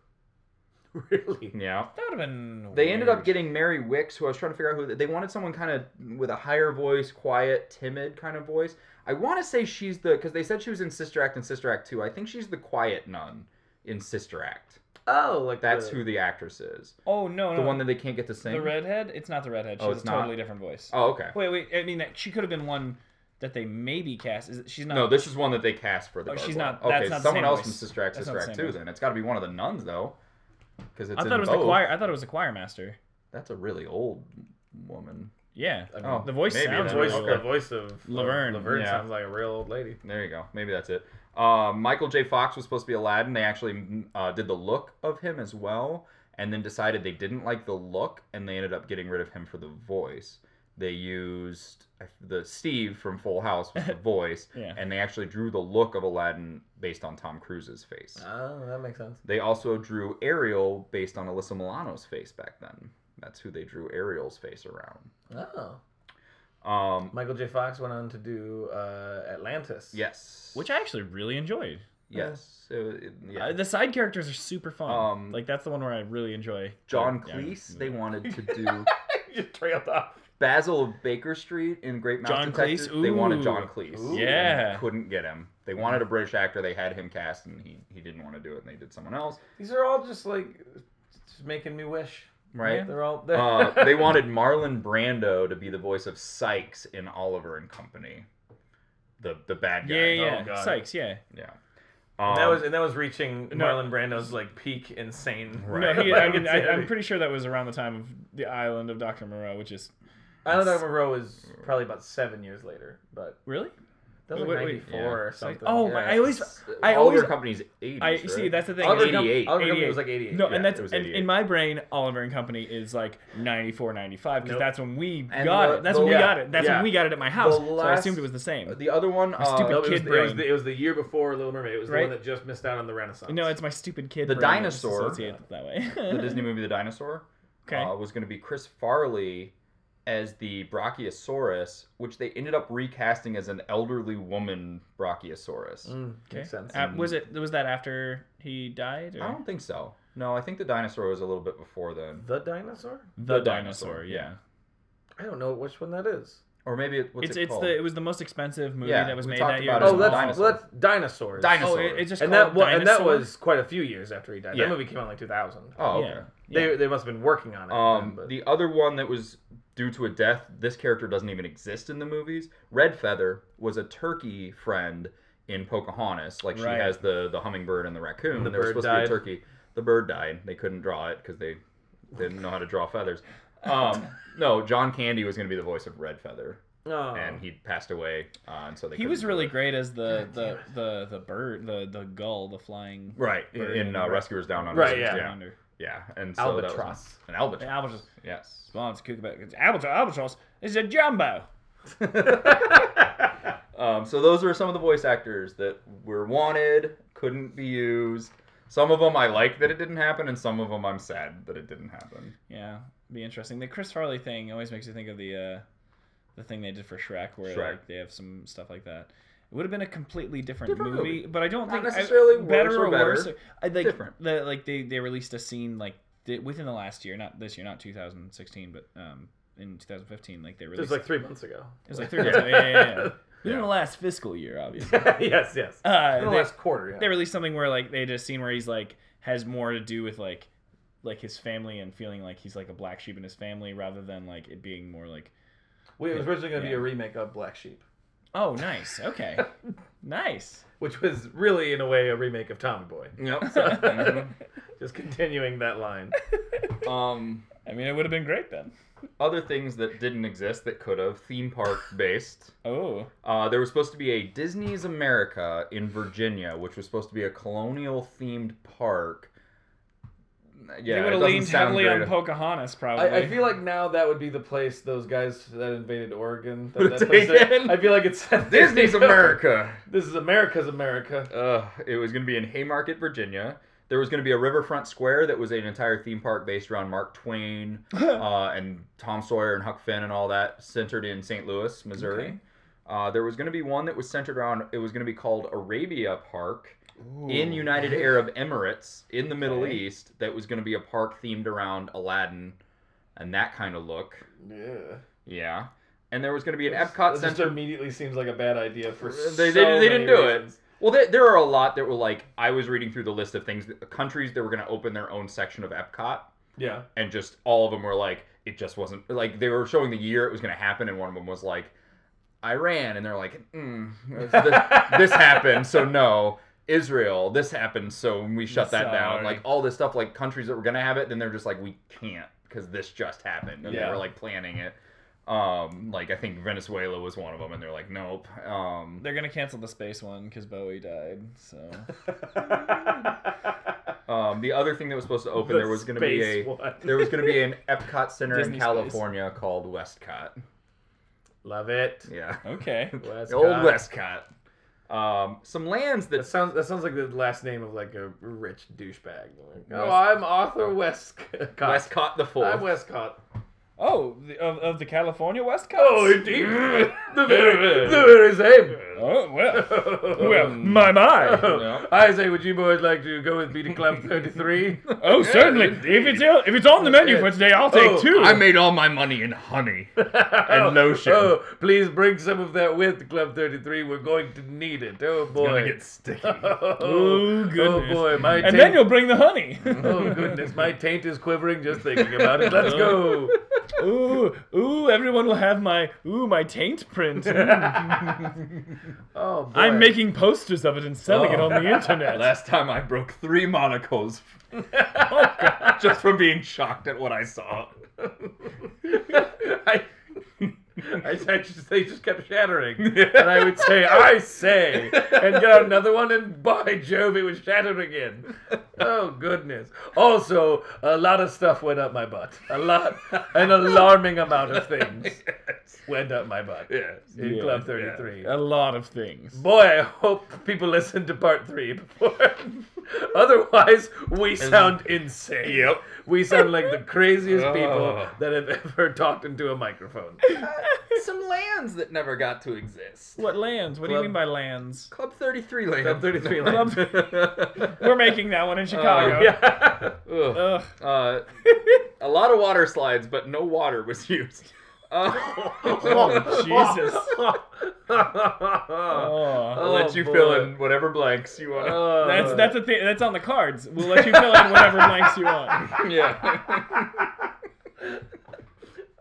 Really?
yeah
that would have been.
They ended up
weird.
getting Mary Wicks, who I was trying to figure out who they wanted someone kind of with a higher voice, quiet, timid kind of voice. I want to say she's the because they said she was in Sister Act and Sister Act Two. I think she's the quiet nun in Sister Act.
Oh, like
That's
the-
who the actress is.
Oh no, no.
The one that they can't get to sing.
the redhead. It's not the redhead. She
Oh,
has
it's
a
not?
totally different voice.
Oh, okay.
Wait, wait. I mean, that she could have been one that they maybe cast. Is it, she's not?
No, this is one that they cast for the.
Oh, she's
gargoyle.
not- that's
okay,
not the
someone
same
else
voice.
from Sister Act,
That's
Sister
not the
Act
same
Two.
voice.
Then it's got to be one of the nuns though, because it's
I thought
in
it was
both.
the choir. I thought it was the choir master.
That's a really old woman.
Yeah.
I mean,
Oh,
The voice
maybe
sounds
the
then.
voice,
really
the
old.
voice of
Laverne,
Laverne
yeah.
sounds like a real old lady.
There you go. Maybe that's it. Uh, Michael J. Fox was supposed to be Aladdin. They actually mm, uh, did the look of him as well, and then decided they didn't like the look, and they ended up getting rid of him for the voice. They used the Steve from Full House was the voice,
Yeah.
and they actually drew the look of Aladdin based on Tom Cruise's face.
Ah.
Oh, that makes sense.
They also drew Ariel based on Alyssa Milano's face back then. That's who they drew Ariel's face around.
Oh,
Um,
Michael J. Fox went on to do uh, Atlantis.
yes.
Which I actually really enjoyed.
yes. It- it- yeah.
Uh, the side characters are super fun.
Um,
like that's the one where I really enjoy.
John
Oh, Yeah, Mm. yeah.
Cleese. They wanted to do
you just trailed off.
Basil of Baker Street in Great Mouse
John
Detective.
Cleese?
They wanted
Ooh.
John Cleese.
Ooh.
Yeah.
And couldn't get him. They wanted a British actor. They had him cast, and he, he didn't want to do it. And they did someone else.
These are all just like just making me wish.
Right.
They're all. They're...
Uh, they wanted Marlon Brando to be the voice of Sykes in Oliver and Company, the the bad guy.
Yeah,
Oh,
yeah.
God.
Sykes. Yeah.
Yeah.
And
Um,
that was and that was reaching
No.
Marlon Brando's like peak insane.
Right.
No, he, I mean, I, I'm
Insanity.
pretty sure that was around the time of the Island of Doctor Moreau, which is
Island of Monroe is probably about seven years later, but
really.
that was
Wait,
like
wait,
ninety four
yeah.
or
Sykes-
something.
oh,
yeah.
my- I always- I
Oliver
always-
Company's 80s.
I
right?
see. That's the thing.
Oliver
is-
Gump-
88.
Oliver Gump
88.
was like eighty eight.
No,
Yeah,
and that's
it was
and
88.
in my brain, Oliver and Company is like 94, 95, because
Nope.
that's when we
And
got
the-
it. That's
the-
when we
yeah,
got it. That's
yeah.
when we got it at my house.
The
so I assumed
last-
it was the same.
The other one, uh,
stupid
No, it was,
Kid
the, it, was
brain.
the, it was the year before Little Mermaid. It was
Right.
the one that just missed out on the Renaissance.
No, it's my stupid kid.
The
brain that just
dinosaur.
associates it that way.
uh, the Disney movie The Dinosaur
Okay.
uh, was going to be Chris Farley as the Brachiosaurus, which they ended up recasting as an elderly woman Brachiosaurus.
Mm,
okay.
Makes sense.
Uh, was it? Was that after he died? Or?
I don't think so. No, I think the dinosaur was a little bit before then,
the dinosaur?
the,
The
dinosaur.
dinosaur,
Yeah.
I don't know which one that is.
or maybe it, what's
It's
it
it's
called?
the it was the most expensive movie
Yeah,
that was
we
made
talked
that year.
about it
Oh,
a
let's
lot. Dinosaur.
let's dinosaurs.
Dinosaur.
Oh, it, it's just
And
called
that wa- and that
Dinosaur?
was quite a few years after he died.
Yeah.
That movie came out in like 2000.
Oh, okay.
Yeah.
They they must have been working on it.
Um,
then, but-
the other one that was due to a death, this character doesn't even exist in the movies. Red Feather was a turkey friend in Pocahontas, like she
Right.
has the the hummingbird and the raccoon.
The
there was
bird
supposed to
died.
be a turkey. The bird died. They couldn't draw it because they didn't know how to draw feathers. Um, no, John Candy was going to be the voice of Red Feather,
Oh.
and he passed away, uh, and so they
He
couldn't
was
do
really
it.
great as the
God
the,
damn it.
the the bird the the gull the flying
right
Bird
in
and
uh,
Red-
Rescuers Down Under.
Right, yeah.
down
yeah,
under.
yeah. and so that was-
Albatross.
an albatross.
Albatross.
Yes.
Bonds, Kookaburra, it's albatross, albatross. It's a jumbo.
Um, so those are some of the voice actors that were wanted, couldn't be used. Some of them I like that it didn't happen, and some of them I'm sad that it didn't happen.
Yeah, be interesting. The Chris Farley thing always makes you think of the uh, the thing they did for Shrek, where
Shrek.
like they have some stuff like that. It would have been a completely different,
Different
movie,
movie.
but I don't
Not
think I-
necessarily worse or better,
I think
different.
The, like they, they released a scene like th- within the last year, not this year, not 2016, but um in 2015, like they
it was
released
like three months ago.
it was like three months ago. Yeah, yeah, yeah. Within
Yeah.
the last fiscal year, obviously.
yes, yes.
Uh,
In the
they-
last quarter. Yeah.
they released something where like they did a scene where he's like has more to do with like like his family and feeling like he's like a black sheep in his family rather than like it being more like
Well, it was originally going to be
Yeah.
a remake of Black Sheep,
oh nice okay nice
which was really in a way a remake of Tommy Boy. Mm-hmm.
Yep.
Just continuing that line.
um,
i mean it would have been great then
other things that didn't exist that could have theme park based.
oh
Uh, there was supposed to be a Disney's America in Virginia, which was supposed to be a colonial themed park. yeah,
they would
it
have
doesn't
leaned
sound
heavily
great.
on Pocahontas, probably.
I, I feel like now that would be the place those guys that invaded Oregon. That,
Would've
that place that-
taken.
I feel like it's
Disney's America.
This is America's America.
Uh, it was going to be in Haymarket, Virginia. There was going to be a riverfront square that was an entire theme park based around Mark Twain uh, and Tom Sawyer and Huck Finn and all that, centered in St. Louis, Missouri.
Okay.
Uh, there was going to be one that was centered around. It was going to be called Arabia Park in United Arab Emirates in the Middle
Okay.
East. That was going to be a park themed around Aladdin and that kind of look.
Yeah.
Yeah, and there was going to be an
It's-
Epcot
it just
Center.
immediately seems like a bad idea for
They-
so
they- they
many
didn't do it.
reasons.
Well, there, there are a lot that were like I was reading through the list of things that, countries that were going to open their own section of Epcot,
Yeah.
and just all of them were like it just wasn't like they were showing the year it was going to happen, and one of them was like Iran, and they're like mm, this, this happened, so no. Israel, this happened, so we shut that down.
Sorry.
Like all this stuff, like countries that were gonna have it, then they're just like, we can't because this just happened, and
Yeah.
they were like planning it. Um, like I think Venezuela was one of them, and they're like, nope. Um,
They're gonna cancel the space one because Bowie died. So
Um, the other thing that was supposed to open,
The
there was going to be
space
a
one.
there was going to be an Epcot Center
Disney
in
space.
California called Westcott.
Love it.
Yeah,
okay,
Westcott.
The old Westcott. Um, some lands
That
that
sounds that sounds like the last name of like a rich douchebag. Like, oh,
West-
I'm Arthur Westcott.
Westcott the
I'm
Fourth.
Westcott.
Oh, the, of, of the California West Coast.
Oh, indeed. the very, the very same.
Oh, well, well, my my.
Yeah.
I say, would you boys like to go with me to Club 33?
Oh, certainly. If it's il- if it's on the menu for today, I'll take
Oh,
two.
I made all my money in honey.
and
lotion.
Oh, please bring some of that with to Club 33. We're going to need it. Oh,
Gonna
boy.
get sticky.
oh,
Oh, goodness.
Oh, boy. My
and
taint,
then you'll bring the honey.
Oh, goodness. My taint is quivering just thinking about it. Let's go.
ooh, ooh, everyone will have my ooh my taint print. Mm.
Oh, boy.
I'm making posters of it and selling it on the internet.
Oh. Last time I broke three monocles Oh, just from being shocked at what I saw.
I, I, I just, they just kept shattering. And I would say, I say, and get out another one, and by Jove, it was shattered again. Oh, goodness. Also, a lot of stuff went up my butt. A lot, an alarming amount of things went up my butt
Yes.
in
Yeah,
Club 33.
A lot of things.
Boy, I hope people listen to part three before. Otherwise, we sound insane.
Yep.
We sound like the craziest people
Oh.
that have ever talked into a microphone.
Some lands that never got to exist.
What lands? What
Club-
do you mean by lands?
Club 33 land.
Club 33
Club- We're making that one in Chicago.
yeah.
Ugh.
Ugh.
Uh, a lot of water slides, but no water was used. Uh,
Oh, Jesus.
oh,
Oh. Uh,
I'll let
Oh,
you
boy.
fill in whatever blanks you want.
That's that's a thing. That's on the cards. We'll let you fill in whatever blanks you want.
yeah.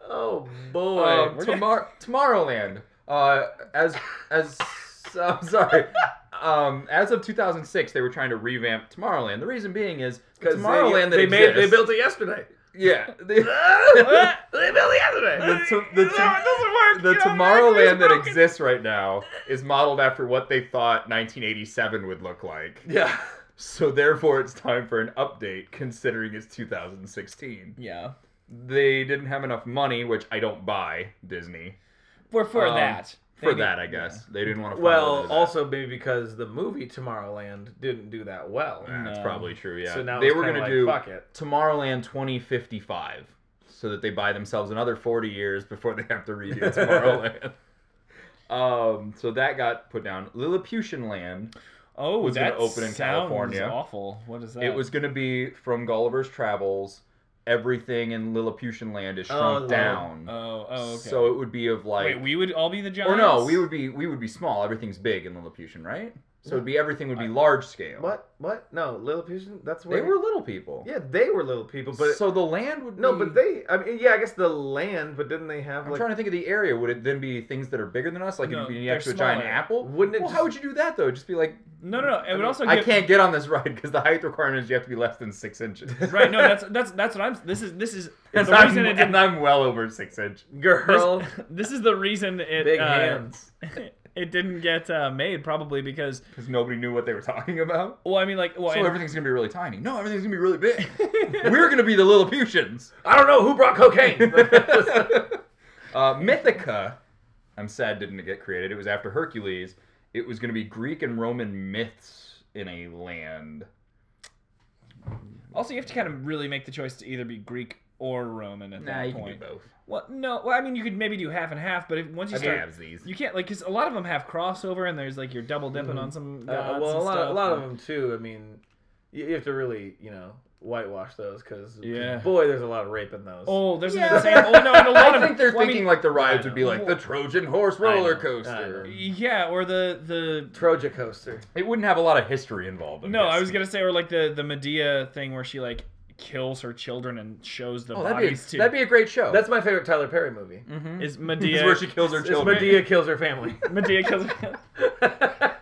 oh boy.
Um, tomorrow, Tomorrowland. Uh, as as I'm sorry. Um, as of 2006, they were trying to revamp Tomorrowland. The reason being is
'Cause
Tomorrowland
they,
that
they made they
exists-
built it yesterday.
yeah they-
they built it yesterday.
the, to- the, to- the Tomorrowland that exists right now is modeled after what they thought 1987 would look like.
yeah.
So therefore, it's time for an update, considering it's 2016.
Yeah.
They didn't have enough money, which I don't buy Disney
For for
Um,
that. They
for
need-
that. I guess they didn't want to.
Well, also maybe because the movie Tomorrowland didn't do that well.
that's
No.
probably true. Yeah.
So now
they
it's
were
kinda
gonna
like, fuck
do
it.
Tomorrowland 2055, so that they buy themselves another 40 years before they have to redo Tomorrowland. um, so that got put down. Lilliputian Land.
Oh,
was gonna
that
open in
sounds
California.
Awful. What is that?
It was going to be from Gulliver's Travels. Everything in Lilliputian Land is shrunk
Lord.
down.
Oh. Oh. Okay.
So it would be of like
wait, we would all be the giants.
or no, we would be we would be small. Everything's big in Lilliputian, right? So it'd be everything would be large scale.
What? What? No, Lilliputian. That's
They
where
were little people.
Yeah, they were little people, but
so the land would
no,
be-
but they. I mean, yeah, I guess the land, but didn't they have
I'm
like?
trying to think of the area. Would it then be things that are bigger than us? Like
No,
it'd be
they're
next to a giant
smaller.
apple?
Wouldn't it
Well,
just-
how would you do that though? Just be like,
No, no, no. It would also.
I
give-
can't get on this ride because the height requirement is you have to be less than six inches.
Right. No. That's that's that's what I'm. This is this is
and,
the
I'm,
reason it
and
didn't.
I'm well over six inches.
Girl,
This, this is the reason it.
big
uh,
hands.
it didn't get uh, made probably because
because nobody knew what they were talking about.
well, I mean like well,
So
and-
everything's gonna be really tiny. No, everything's gonna be really big. We're gonna be the Lilliputians.
I don't know who brought cocaine.
Uh, Mythica, I'm sad didn't get created. It was after Hercules. It was gonna be Greek and Roman myths in a land.
also you have to kind of really make the choice to either be Greek or Roman at
Nah,
that
you can do
point.
both.
Well, no, well I mean you could maybe do half and half, but if, once you start
these.
You can't like because a lot of them have crossover, and there's like you're double dipping
Mm-hmm.
Mhm.
on some
Uh,
gods.
well, a
and
lot,
stuff.
a lot of them too. I mean, you, you have to really, you know, whitewash those because
Yeah.
boy, there's a lot of rape in those.
Oh, there's an
Yeah.
insane. Oh no, and a lot
I
of
think they're
well, I mean,
thinking like the rides would be
I
like
know.
the Trojan horse
I know,
roller
I
coaster.
know.
yeah, or the the.
Troja coaster.
It wouldn't have a lot of history involved. I'm
No, I was
guessing.
gonna say or like the the Medea thing where she like kills her children and shows the
Oh, that'd be
bodies
a,
to.
that'd be a great
Oh.
show.
That's my favorite Tyler Perry movie.
Mhm.
is
This
Medea
is where she kills her
It's
children.
Medea kills her family.
Medea kills. Her.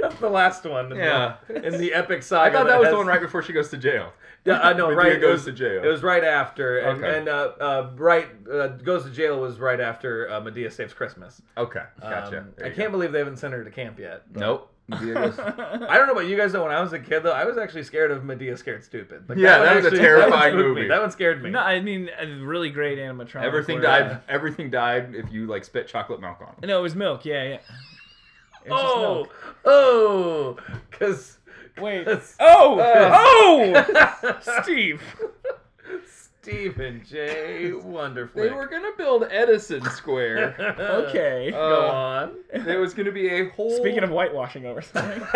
That's the last one. in the-
Yeah.
in the epic
I
saga.
thought that was
has-
the one right before she goes to jail.
Yeah, I know.
Medea
right, it was-
goes to jail.
It was right after, and,
Okay.
and uh, uh, right uh, goes to jail was right after uh, Medea saves Christmas.
Okay, gotcha.
Um,
There
I
you
can't believe they haven't sent her to camp yet.
go. Nope. Medea goes-
I don't know about you guys though. When I was a kid though, I was actually scared of Medea Scared Stupid. Like,
Yeah,
one
that was a
actually-
terrifying
that one spooked
movie.
Me. That one scared me.
no, I mean a really great animatronic.
everything
where- uh,
died. Everything died if you like spit chocolate milk on them.
No, it was milk. Yeah, yeah. It was just
oh,
milk.
oh, because
wait.
That's-
Oh,
Uh.
oh, Steve.
Stephen J. Wonderfully.
They were gonna build Edison Square.
Okay.
Go
Uh,
on.
There was gonna be a whole.
Speaking of whitewashing over something.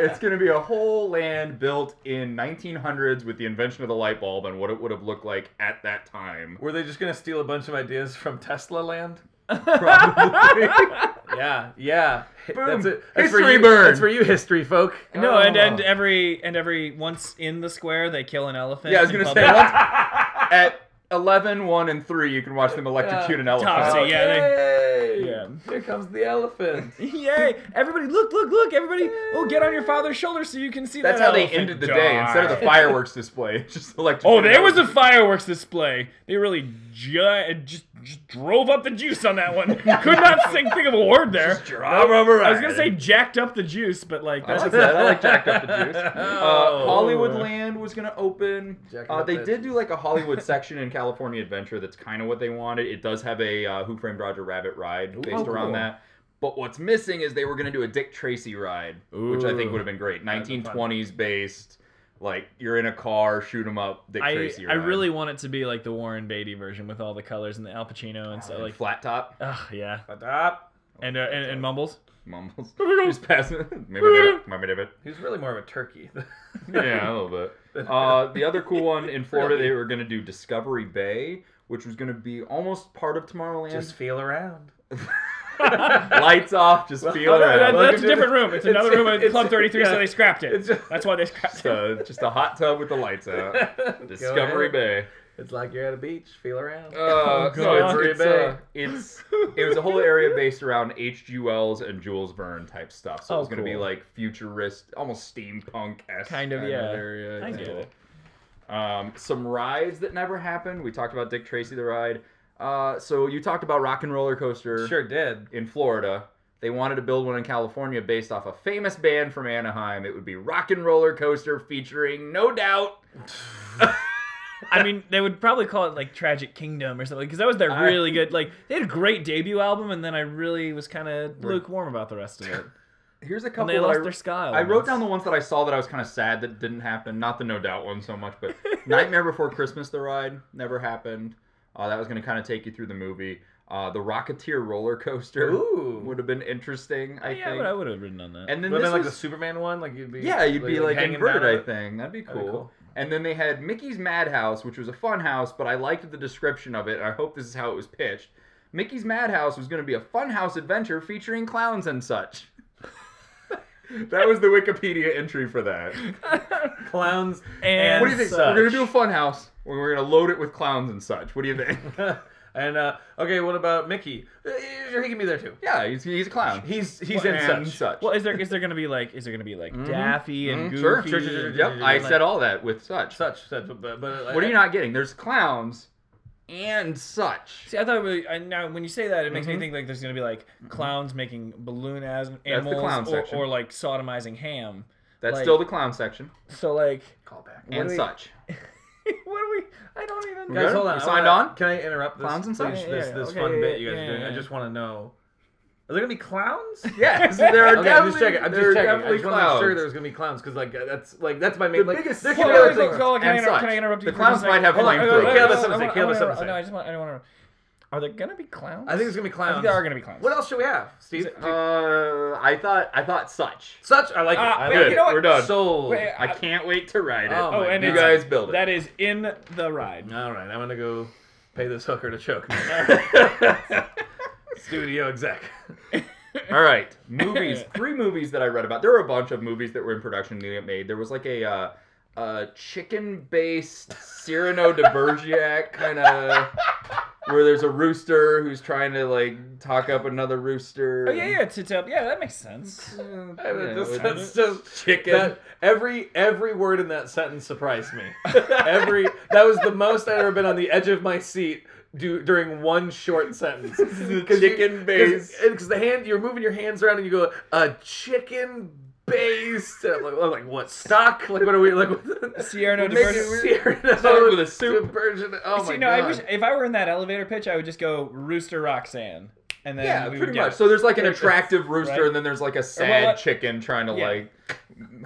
it's going to be a whole land built in 1900s with the invention of the light bulb and what it would have looked like at that time.
Were they just gonna steal a bunch of ideas from Tesla Land?
Probably.
Yeah, yeah.
Boom.
That's it. for
History
you-
burn.
That's for you, history folk.
no, and, and
Oh.
every and every once in the square they kill an elephant.
yeah, I was
in
going to say
public.
once,
Oh.
at 11, 1, and 3, you can watch them electrocute an elephant.
Topsy, Oh, yeah.
Yay!
Yeah.
Here comes the elephant.
Yay! Everybody, look, look, look! Everybody, oh, get on your father's shoulder so you can see
That's
that
how they
elephant
ended the day. Instead of the
die.
fireworks display, it's just electrocute.
Oh,
an
there was a
elephant.
fireworks display. They really ju- uh, just, just drove up the juice on that one. Could not think, think of a word there. I was gonna say jacked up the juice, but like
I
that's
like that. I like jacked up the juice. Uh,
Oh.
Hollywood Land was gonna open.
Jacking
Uh,
up
they
that
did do like a Hollywood section in California Adventure. That's kind of what they wanted. It does have a uh, Who Framed Roger Rabbit ride based
oh,
around
cool.
that. But what's missing is they were gonna do a Dick Tracy ride, which I think
Ooh.
would have been great.
That'd be fun.
1920s based. Like you're in a car, shoot 'em up, Dick
I,
Tracy
I
ride.
really want it to be like the Warren Beatty version with all the colors and the Al Pacino and stuff
like
like.
flat top
Ugh, yeah,
Stop.
and uh, and, and mumbles.
mumbles.
Here we go.
Just passing. Maybe David. Maybe David.
He's really more of a turkey.
yeah, a little bit. Uh, the other cool one in Florida, they were going to do Discovery Bay, which was going to be almost part of Tomorrowland.
Just feel around.
Lights off, just feel
no,
around.
That-
Welcome
that's a
to
different
the-
room. It's
it's-
another room at
it's-
Club 33, so
yeah.
they scrapped it.
It's just-
that's why they scrapped it.
So, just a hot tub with the lights out. Discovery
Go
Bay.
It's like you're at a beach. Feel around.
Uh,
Oh, God.
no, it's, it's, uh,
Discovery
it's it was a whole area based around H.G. Wells and Jules Verne type stuff. So it
Oh,
was going to be
cool.
like futurist, almost steampunk esque
Kind of, yeah.
area.
I
It's
get
cool.
it.
Um, some rides that never happened. We talked about Dick Tracy the ride. Uh, so you talked about Rock and Roller Coaster
Sure did.
in Florida. They wanted to build one in California based off a famous band from Anaheim. It would be Rock and Roller Coaster featuring No Doubt.
I mean, they would probably call it like Tragic Kingdom or something because that was their
I-
really good. Like they had a great debut album, and then I really was kind of lukewarm about the rest of it.
Here's a
And
couple.
they
I,
lost their
Oh,
style.
I wrote down the ones that I saw that I was kind of sad that didn't happen. Not the No Doubt one so much, but Nightmare Before Christmas, the ride never happened. Uh, that was going to kind of take you through the movie. Uh, the Rocketeer roller coaster
Ooh. Oh,
would have been interesting. I
Oh, yeah,
think.
but I would have written on that.
And then
Would have
this
been like
was-
the Superman one. Like you'd be.
Yeah, you'd be like
hanging
inverted,
down.
I think. That'd be cool.
That'd be cool.
And then they had Mickey's Madhouse, which was a fun house, but I liked the description of it, and I hope this is how it was pitched. Mickey's Madhouse was going to be a fun house adventure featuring clowns and such. that was the Wikipedia entry for that.
Clowns.
And
what do you think?
such.
We're going to do a fun house, and we're going to load it with clowns and such. What do you think?
and uh, okay, what about Mickey? Uh, Sure, he can be there too.
yeah, he's, he's a clown.
He's he's in
and
such.
such.
well, is there is there gonna be like is there gonna be like Daffy and
Mhm.
Goofy?
Sure, sure, sure,
sure,
and-
sure,
Yep, I
like-
said all that with such.
such such. But, uh, but
What are you not getting? There's clowns
and such.
See, I thought we, I, now when you say that, it makes me think like there's gonna be like clowns making balloon as animals,
clown
or,
section.
or like sodomizing ham.
That's
Like-
still the clown section
So like,
Call back.
do
and
we-
such.
what do we? I don't even.
Guys,
good?
hold on.
We
I
signed
wanna-
on?
Can I interrupt this?
Clowns and such?
please,
Yeah,
This,
yeah,
this
okay,
fun
yeah,
bit you guys
yeah,
are doing.
yeah.
I just want to know. Are there gonna be clowns?
Yes,
there
okay,
are okay, I'm just
definitely.
checking. I'm
there are
just checking. I
definitely
just want to make sure
clowns.
there's gonna be clowns because like uh, that's like that's my main.
The
like,
biggest
there
Hold
could
on,
spoiler
be other
wait, wait,
things.
Cole, can, I
and
inter-
such.
can I interrupt you?
The
for
clowns
just a second?
might have
Hold on,
flamethrowers.
hold
Okay,
on, hold
let's
on,
have a say, let's
hold on, hold
have a
on,
say.
I just want. I don't want to. Are there gonna be clowns?
I think there's gonna be
I
clowns.
think there are gonna be clowns.
What else should we have, Steve?
Uh, I thought I thought such.
Such I like it.
Uh,
I
wait,
like
you
it.
know what?
We're done.
Sold.
Wait,
I can't wait to ride it.
Oh
Oh,
my
and
God.
you
it's-
guys build it.
That is in the ride.
All right, I'm gonna go pay this hooker to choke me. Studio exec.
All right, movies. Three movies that I read about. There were a bunch of movies that were in production that get made. There was like a uh, uh, chicken-based Cyrano de Bergerac kind of where there's a rooster who's trying to like talk up another rooster.
Oh yeah, yeah, tits up. Yeah, that makes sense.
Uh,
I mean,
yeah,
this-
with-
that's just
Chicken.
that- every every word in that sentence surprised me. every that was the most I've ever been on the edge of my seat do, during one short sentence.
chicken based.
Because the hand you're moving your hands around and you go a chicken based. And I'm like, I'm like, what stock? Like what are we like? What,
Sierra
It
no
makes
diversion.
it weird.
Started with a soup.
Diversion. Oh my
See, no,
god.
I wish if I were in that elevator pitch, I would just go Rooster Roxanne, and then
Yeah,
we would
pretty
get
much.
it.
So there's like an attractive rooster,
Right.
and then there's like a sad
what-
chicken trying to
Yeah.
like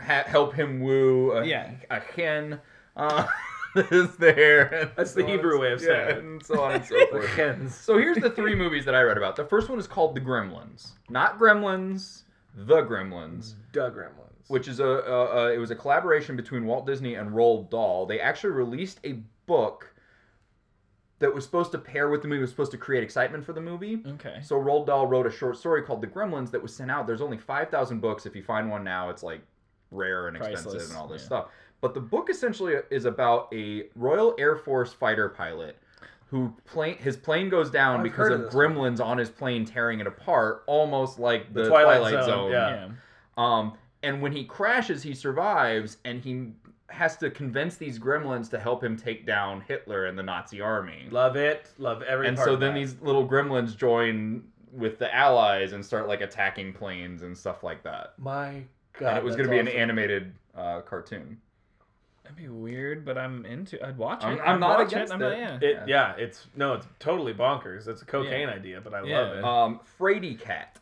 ha- help him woo a,
Yeah.
a hen uh, that is there. and
That's the
so on
Hebrew
and-
way of
yeah,
saying it.
and so on and so forth.
Hens.
So here's the three movies that I read about. The first one is called The Gremlins, not Gremlins, The Gremlins,
Doug Gremlins.
which is a uh, uh, it was a collaboration between Walt Disney and Roald Dahl. They actually released a book that was supposed to pair with the movie, was supposed to create excitement for the movie.
Okay.
So Roald Dahl wrote a short story called The Gremlins that was sent out. There's only 5,000 books. If you find one now, it's like rare and expensive
Priceless,
and all this
yeah.
stuff. But the book essentially is about a Royal Air Force fighter pilot who plane his plane goes down
I've
because
heard
of
of this
gremlins on his plane tearing it apart, almost like the,
The
Twilight,
Twilight
Zone.
Zone, yeah.
yeah.
Um, and when he crashes, he survives, and he has to convince these gremlins to help him take down Hitler and the Nazi army
Love it. Love every
and
part
so
of
then
that.
these little gremlins join with the allies and start like attacking planes and stuff like that.
My God.
and it was
that's
going to be an
awesome.
animated uh, cartoon.
That'd be weird, but I'm into. I'd watch it.
I'm-
I'd
I'm not
watch
against
it. I'm
it.
Not, yeah.
It, yeah. it's no, it's totally bonkers. It's a cocaine idea, but I love
Yeah.
it.
Um, Frady Cat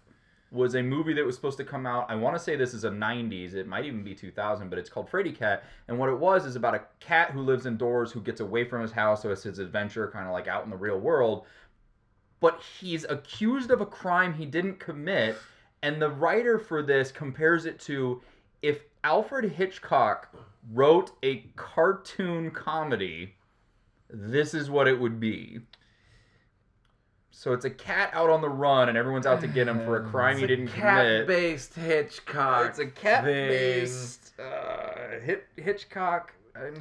was a movie that was supposed to come out. I want to say this is a 90s. It might even be 2000, but it's called Frady Cat. And what it was is about a cat who lives indoors who gets away from his house, so it's his adventure, kind of like out in the real world. But he's accused of a crime he didn't commit, and the writer for this compares it to if Alfred Hitchcock wrote a cartoon comedy this is what it would be. So it's a cat out on the run, and everyone's out to get him for a crime he didn't commit.
cat-based Hitchcock.
it's a cat-based uh, hit, Hitchcock. uh, and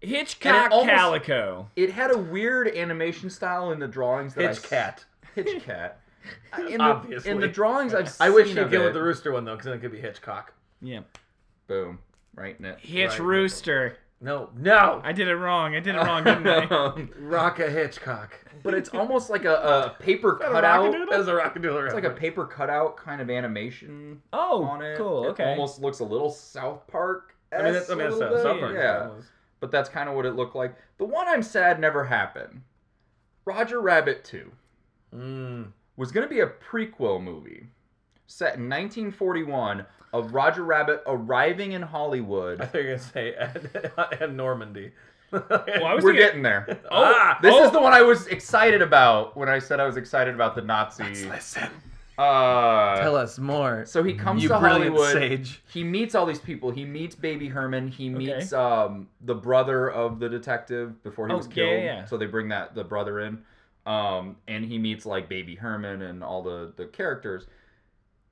Hitchcock
almost-
Calico.
It had a weird animation style in the drawings that
Hitch cat.
I Hitch cat. In the,
Obviously.
in the drawings I've
I wish
seen
you'd
of
go
it-
with the rooster one though, because then it could be Hitchcock.
Yeah.
boom right in it.
Hitch
Right.
Rooster.
No, no,
I did it wrong. I did it wrong, didn't I?
Um,
rock a Hitchcock.
but it's almost like a, a paper
a
cutout.
rockadoodle?
That's a rockadoodle.
It's like a paper cutout kind of animation. on
Oh,
it.
cool.
It
Okay.
almost looks a little South Park.
I mean, that's, I mean, that's South South Park.
Yeah, but that's kind of what it looked like. The one I'm sad never happened. Roger Rabbit 2
Mm.
was going to be a prequel movie set in 1941 of Roger Rabbit arriving in Hollywood.
I thought you were gonna say Ed, Ed Normandy.
Well, I was
We're
thinking-
getting there.
ah,
This
Oh.
is the one I was excited about when I said I was excited about the Nazi.
listen.
Oh! Uh,
Tell us more.
so he comes
you
to
brilliant
Hollywood.
sage.
he meets all these people. He meets Baby Herman. He meets um, the brother of the detective before he
Oh,
was
yeah,
killed.
yeah.
So they bring that the brother in, um, and he meets like Baby Herman and all the the characters.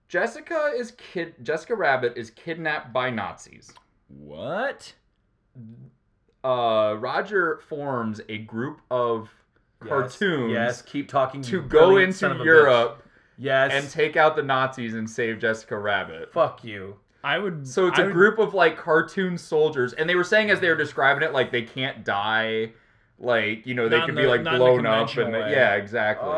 Jessica is kid. Jessica Rabbit is kidnapped by Nazis.
What?
Uh, Roger forms a group of cartoons
Yes, keep talking.
to
you
go
brilliant son of
into
a
Europe
bitch. Yes,
and take out the Nazis and save Jessica Rabbit.
fuck you.
I would.
So it's
I
a
would-
group of like cartoon soldiers, and they were saying as they were describing it, like they can't die, like you know they
Not
could
in
be
the-
like
not in the
blown up and
conventional
they-
way.
yeah, exactly.
Uh,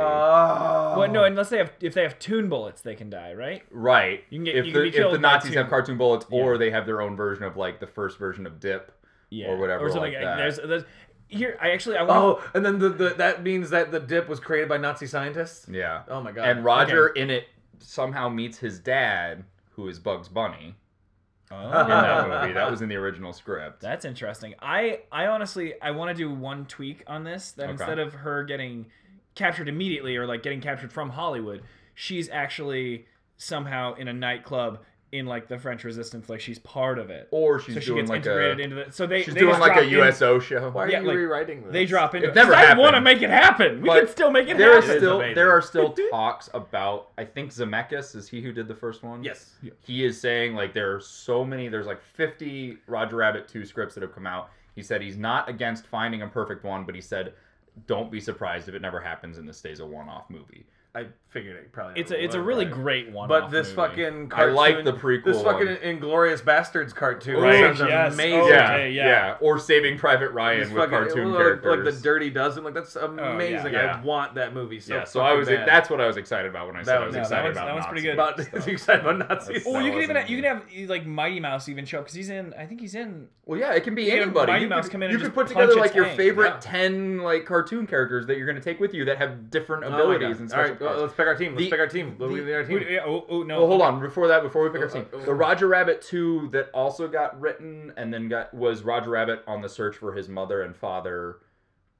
Well,
Oh.
no, unless they have if they have tune bullets, they can die, right?
right.
You can get-
if
you
the,
can be
if the
killed by
Nazis
two-
have cartoon bullets
Yeah.
or they have their own version of like the first version of Dip.
Yeah,
Or whatever like that.
There's, there's here. I actually I want.
Oh, and then the, the that means that the dip was created by Nazi scientists.
Yeah.
Oh my god.
And Roger in it somehow meets his dad, who is Bugs Bunny
Oh,
in that movie. That was in the original script.
That's interesting. I I honestly I want to do one tweak on this that
Okay.
instead of her getting captured immediately or like getting captured from Hollywood, she's actually somehow in a nightclub in like the French Resistance, like she's part of it.
or she's
so she
doing
gets
like
integrated
a
into the. So they
she's
they
doing
just
like
drop
a
in-
USO show.
why are
yeah,
you
like,
rewriting this?
they drop into
It never
I want to
happened.
make it happen. We
But
can still make it
There
happen.
is still
amazing.
there are still talks about I think Zemeckis is he who did the first one.
Yes.
he is saying like there are so many there's like 50 roger rabbit 2 scripts that have come out he said he's not against finding a perfect one but he said don't be surprised if it never happens and this stays a one-off movie
I figured it probably.
It's a it's a
would,
really
but-
great one.
But this fucking cartoon,
like the prequel
This fucking
one.
Inglorious Bastards cartoon
Right,
sounds
yes.
amazing.
Oh,
yeah,
okay,
yeah
yeah.
or saving private ryan
This
with
fucking-
cartoon
like,
characters Oh,
like the Dirty Dozen, like that's amazing.
Yeah.
I want that movie so.
yeah so i was
fucking bad.
that's what i was excited about when i said
That
i was
was-
excited
no, that
about
one's- that one's pretty
Nazis.
about excited about Nazis.
That's-
Well, you can even
wasn't-
you can have like Mighty Mouse even show up because he's in. I think he's in.
well yeah it can be
have
anybody
Mighty
you
Mouse
could,
come in
you
and
could
just
put together
punch a
like your
tank.
favorite
Yeah.
10 like cartoon characters that you're going to take with you that have different
Oh my
abilities
God.
and
All
special
right, well,
powers.
let's pick our team. Let's
The-
pick our team. Let's
the-
pick our team.
Who- yeah, Oh, oh, no.
Well, hold on. Before that, before we pick our
Oh,
team,
oh,
the
oh.
Roger Rabbit two that also got written and then got was Roger Rabbit on the search for his mother and father,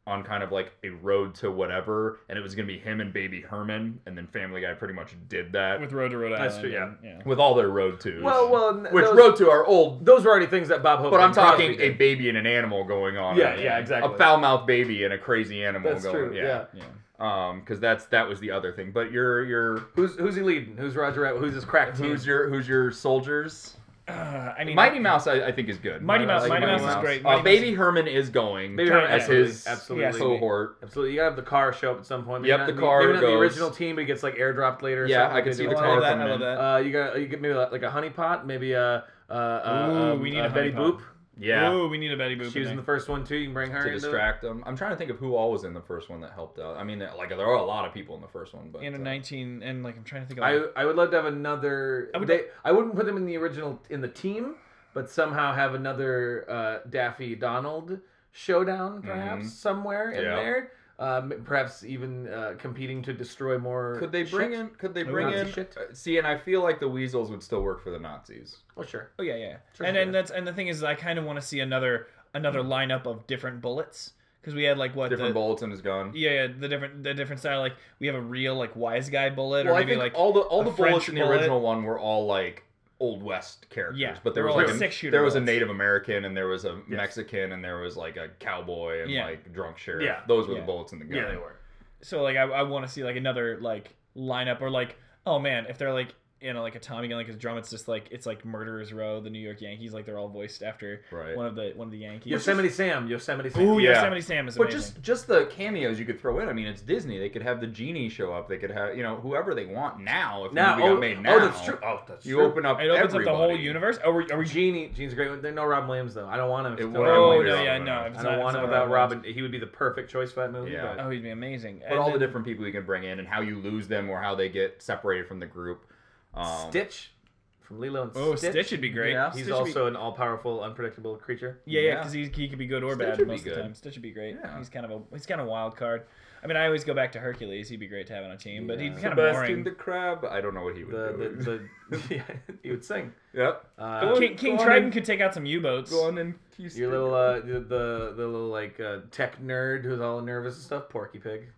on kind of like a road to whatever, and it was gonna be him and Baby Herman, and then Family Guy pretty much did that with,
with Road to Rhode Island.
That's true,
and- yeah.
all their road twos.
Well, well, n-
which
those,
road to are old,
those were already things that Bob Hope.
but I'm
and Crosby
talking a
did.
baby and an animal going on.
Yeah,
in it.
yeah, exactly.
A foul mouthed baby and a crazy animal
That's
going.
true.
yeah.
Yeah.
Yeah.
Um, because that's that was the other thing. But your your
Who's who's he leading? Who's Roger Rabbit? Who's his crack team?
who's your who's your soldiers?
Uh, I mean,
Mighty Mouse, I, I think, is good.
Mighty Mouse-
Mighty Mouse is
great.
Uh,
Mighty
Baby Herman is going
Baby
Kind
Herman
of.
as
absolutely,
his
absolutely,
Yes.
cohort.
absolutely. You gotta have the car show up at some point. Maybe
Yep,
not
the
in
car
maybe not in
goes-
the original team, but it gets like airdropped later. Or
Yeah,
something.
I can
They
see
do
the
it.
Oh, I
car
love that,
from
I love
in.
that.
Uh, you got you get maybe like a honey pot, maybe a uh, uh,
Ooh,
um,
we need
uh,
a
Betty
honey
Boop.
pot.
Yeah,
Ooh, we need a Betty Boop.
She was in the first one too. You can bring her
to
into it.
distract them. I'm trying to think of who all was in the first one that helped out. I mean, like there are a lot of people in the first one, but
in a
uh,
19 and like I'm trying to think. Of,
I
like,
I would love to have another.
I
I,
would-
would, they, I wouldn't put them in the original in the team, but somehow have another uh, Daffy Donald showdown perhaps
Mhm.
somewhere in
Yeah.
there. Um, perhaps even uh, competing to destroy more.
could they bring
shit.
in? Could they
Who
bring
Nazi
in?
shit?
uh, See, and I feel like the Weasels would still work for the Nazis.
Oh sure.
oh yeah, yeah.
Sure,
and
sure.
and that's and the thing is, I kind of want to see another another lineup of different bullets because we had like what
Different
the,
bullets in his gun.
Yeah, yeah, the different the different style. Like we have a real like wise guy bullet,
well,
or
I
maybe
think
like
all the all
a
the
French
bullets in the
bullet.
original one were all like old west characters.
Yeah,
but there
they
was
were
like
all
a,
six-shooter
there was a
bullets.
Native American and there was a Mexican and there was like a cowboy and
Yeah.
like drunk sheriff.
Yeah.
those were
Yeah.
the bullets in the gun.
Yeah, they were.
so like I, I want to see like another like lineup or like oh man if they're like you know like a Tommy gun like his drum it's just like it's like Murderers Row the New York Yankees like they're all voiced after
Right.
one of the one of the Yankees.
Yosemite Sam. Yosemite Sam.
Ooh,
Yeah.
Yosemite Sam is
But
amazing.
just just the cameos you could throw in. I mean, it's Disney. They could have the genie show up. They could have you know whoever they want now. If
Now,
the movie
oh,
got made now,
oh, that's true. Oh, that's
You
true.
open up.
it opens
everybody.
up the whole universe. Are we? Are we
Genie. Genie's a great one. They know Rob Williams though. I don't want him. if
It
it's
would-
not
I
Rob
wouldn't
oh
want
Williams.
no,
it.
yeah, no. if
I
it's
don't
not-
want
it's
him
not
without
Rob
Robin. He would be the perfect choice for that movie.
Yeah.
but-
Williams. Oh, he'd be amazing.
But all the different people you can bring in and how you lose them or how they get separated from the group. Um,
Stitch from Lilo and
Oh,
Stitch.
Stitch, would be great.
Yeah.
He's
Stitch would be-
also an all-powerful, unpredictable creature.
Yeah, yeah,
Yeah.
because he, he could be good or
Stitch
bad
would be
most of
good.
the time. Stitch would be great.
Yeah.
He's kind of a he's kind of a wild card. I mean, I always go back to Hercules. He'd be great to have on a team, but he'd be
Yeah.
kind of
Sebastian
boring.
the Crab. I don't know what he would do.
The the, the yeah, he would sing.
yep.
Uh,
Go-
King, King
on
Triton
and-
could take out some U-boats.
Go on and you
your little uh, the, the the little like uh, tech nerd who's all nervous and stuff. Porky Pig.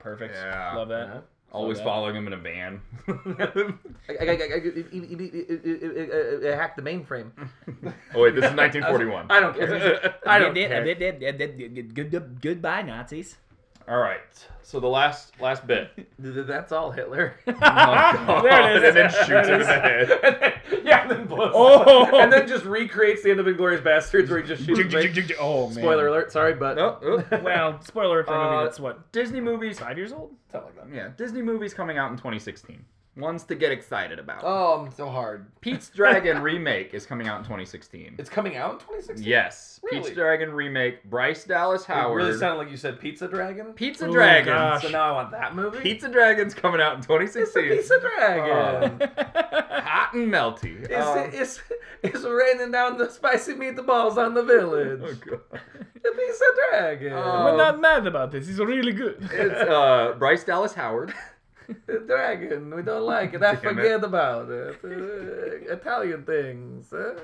Perfect.
Yeah.
Love that.
Yeah.
always
that.
following him in a van.
I, I, I, I, I, I, I hacked the mainframe.
oh wait, this is 1941.
I don't care. I don't care.
Goodbye, Nazis.
All right. So the last last bit.
That's all Hitler.
there it is.
and then shoots him in the
There
head.
yeah, and then blows.
Oh.
and then just recreates the end of Inglorious Bastards where he just shoots.
Jig, jig, jig,
his face.
jig, jig. Oh man.
Spoiler alert. Sorry, but
Oh, oh.
Well, spoiler alert for a movie
Uh,
that's what
Disney movies.
five years old.
Something like that.
Yeah, Disney movies coming out in 2016. Ones to get excited about.
Oh, I'm so hard.
Pete's Dragon remake is coming out in 2016.
It's coming out in 2016.
yes,
Really?
Pete's Dragon remake. Bryce Dallas
It
Howard.
really sounded like you said Pizza Dragon.
Pizza
Oh,
Dragon.
gosh.
So now I want that movie.
Pizza Dragon's coming out in
It's a
2016.
Pizza Dragon.
Hot and melty.
It's,
Um,
it's, it's raining down the spicy meatballs on the village.
oh, God.
The Pizza Dragon.
Oh.
We're not mad about this. It's really good.
It's uh, Bryce Dallas Howard.
the dragon. We don't like it. I
Damn it.
forget about it. Uh, Italian things. Uh,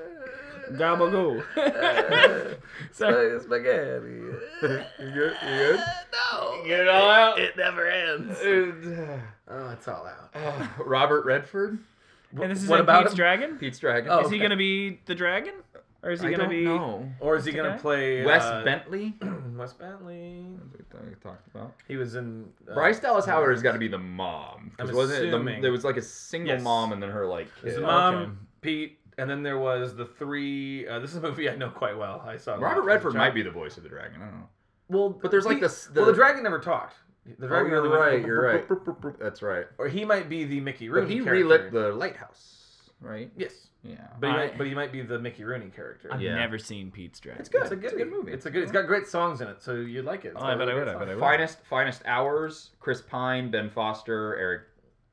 Gabago.
uh,
Sorry.
spaghetti. Uh,
You good? You good?
no.
Get it all out.
It never ends.
Uh,
Oh, it's all out.
uh, Robert Redford,
And this is
what
in
about
Pete's
him?
Dragon.
Pete's Dragon.
Oh.
Is he
okay.
gonna be the dragon, or is he
I
gonna
don't
be?
know.
Or is he gonna
Okay.
play
Wes
uh,
Bentley.
Wes Bentley.
We talked about.
He was in uh,
Bryce Dallas Howard has got to be the mom. 'Cause
I'm
wasn't it the,
assuming.
there was like a single
Yes.
mom and then her like
His
kid.
mom,
Oh, Okay.
Pete, and then there was the three. Uh, this is a movie I know quite well. I saw.
Robert Redford might be the voice of the dragon. I don't know.
Well,
But there's like
he-
this.
well, the Oh, dragon never talked. The dragon
Oh, you're
only went-
right. You're right. That's right.
Or he might be the Mickey Rooney.
But he
character.
relit the lighthouse, right?
Yes,
Yeah.
but he,
I-
might, but he might be the Mickey Rooney character.
I've
Yeah.
never seen Pete's Dragon.
It's good.
It's a good- good movie.
It's a good. It's got great songs in it, so you'd like it. It's
Oh,
got
I bet
really
I would.
great
I bet I
songs.
would.
Finest, finest hours. Chris Pine, Ben Foster, Eric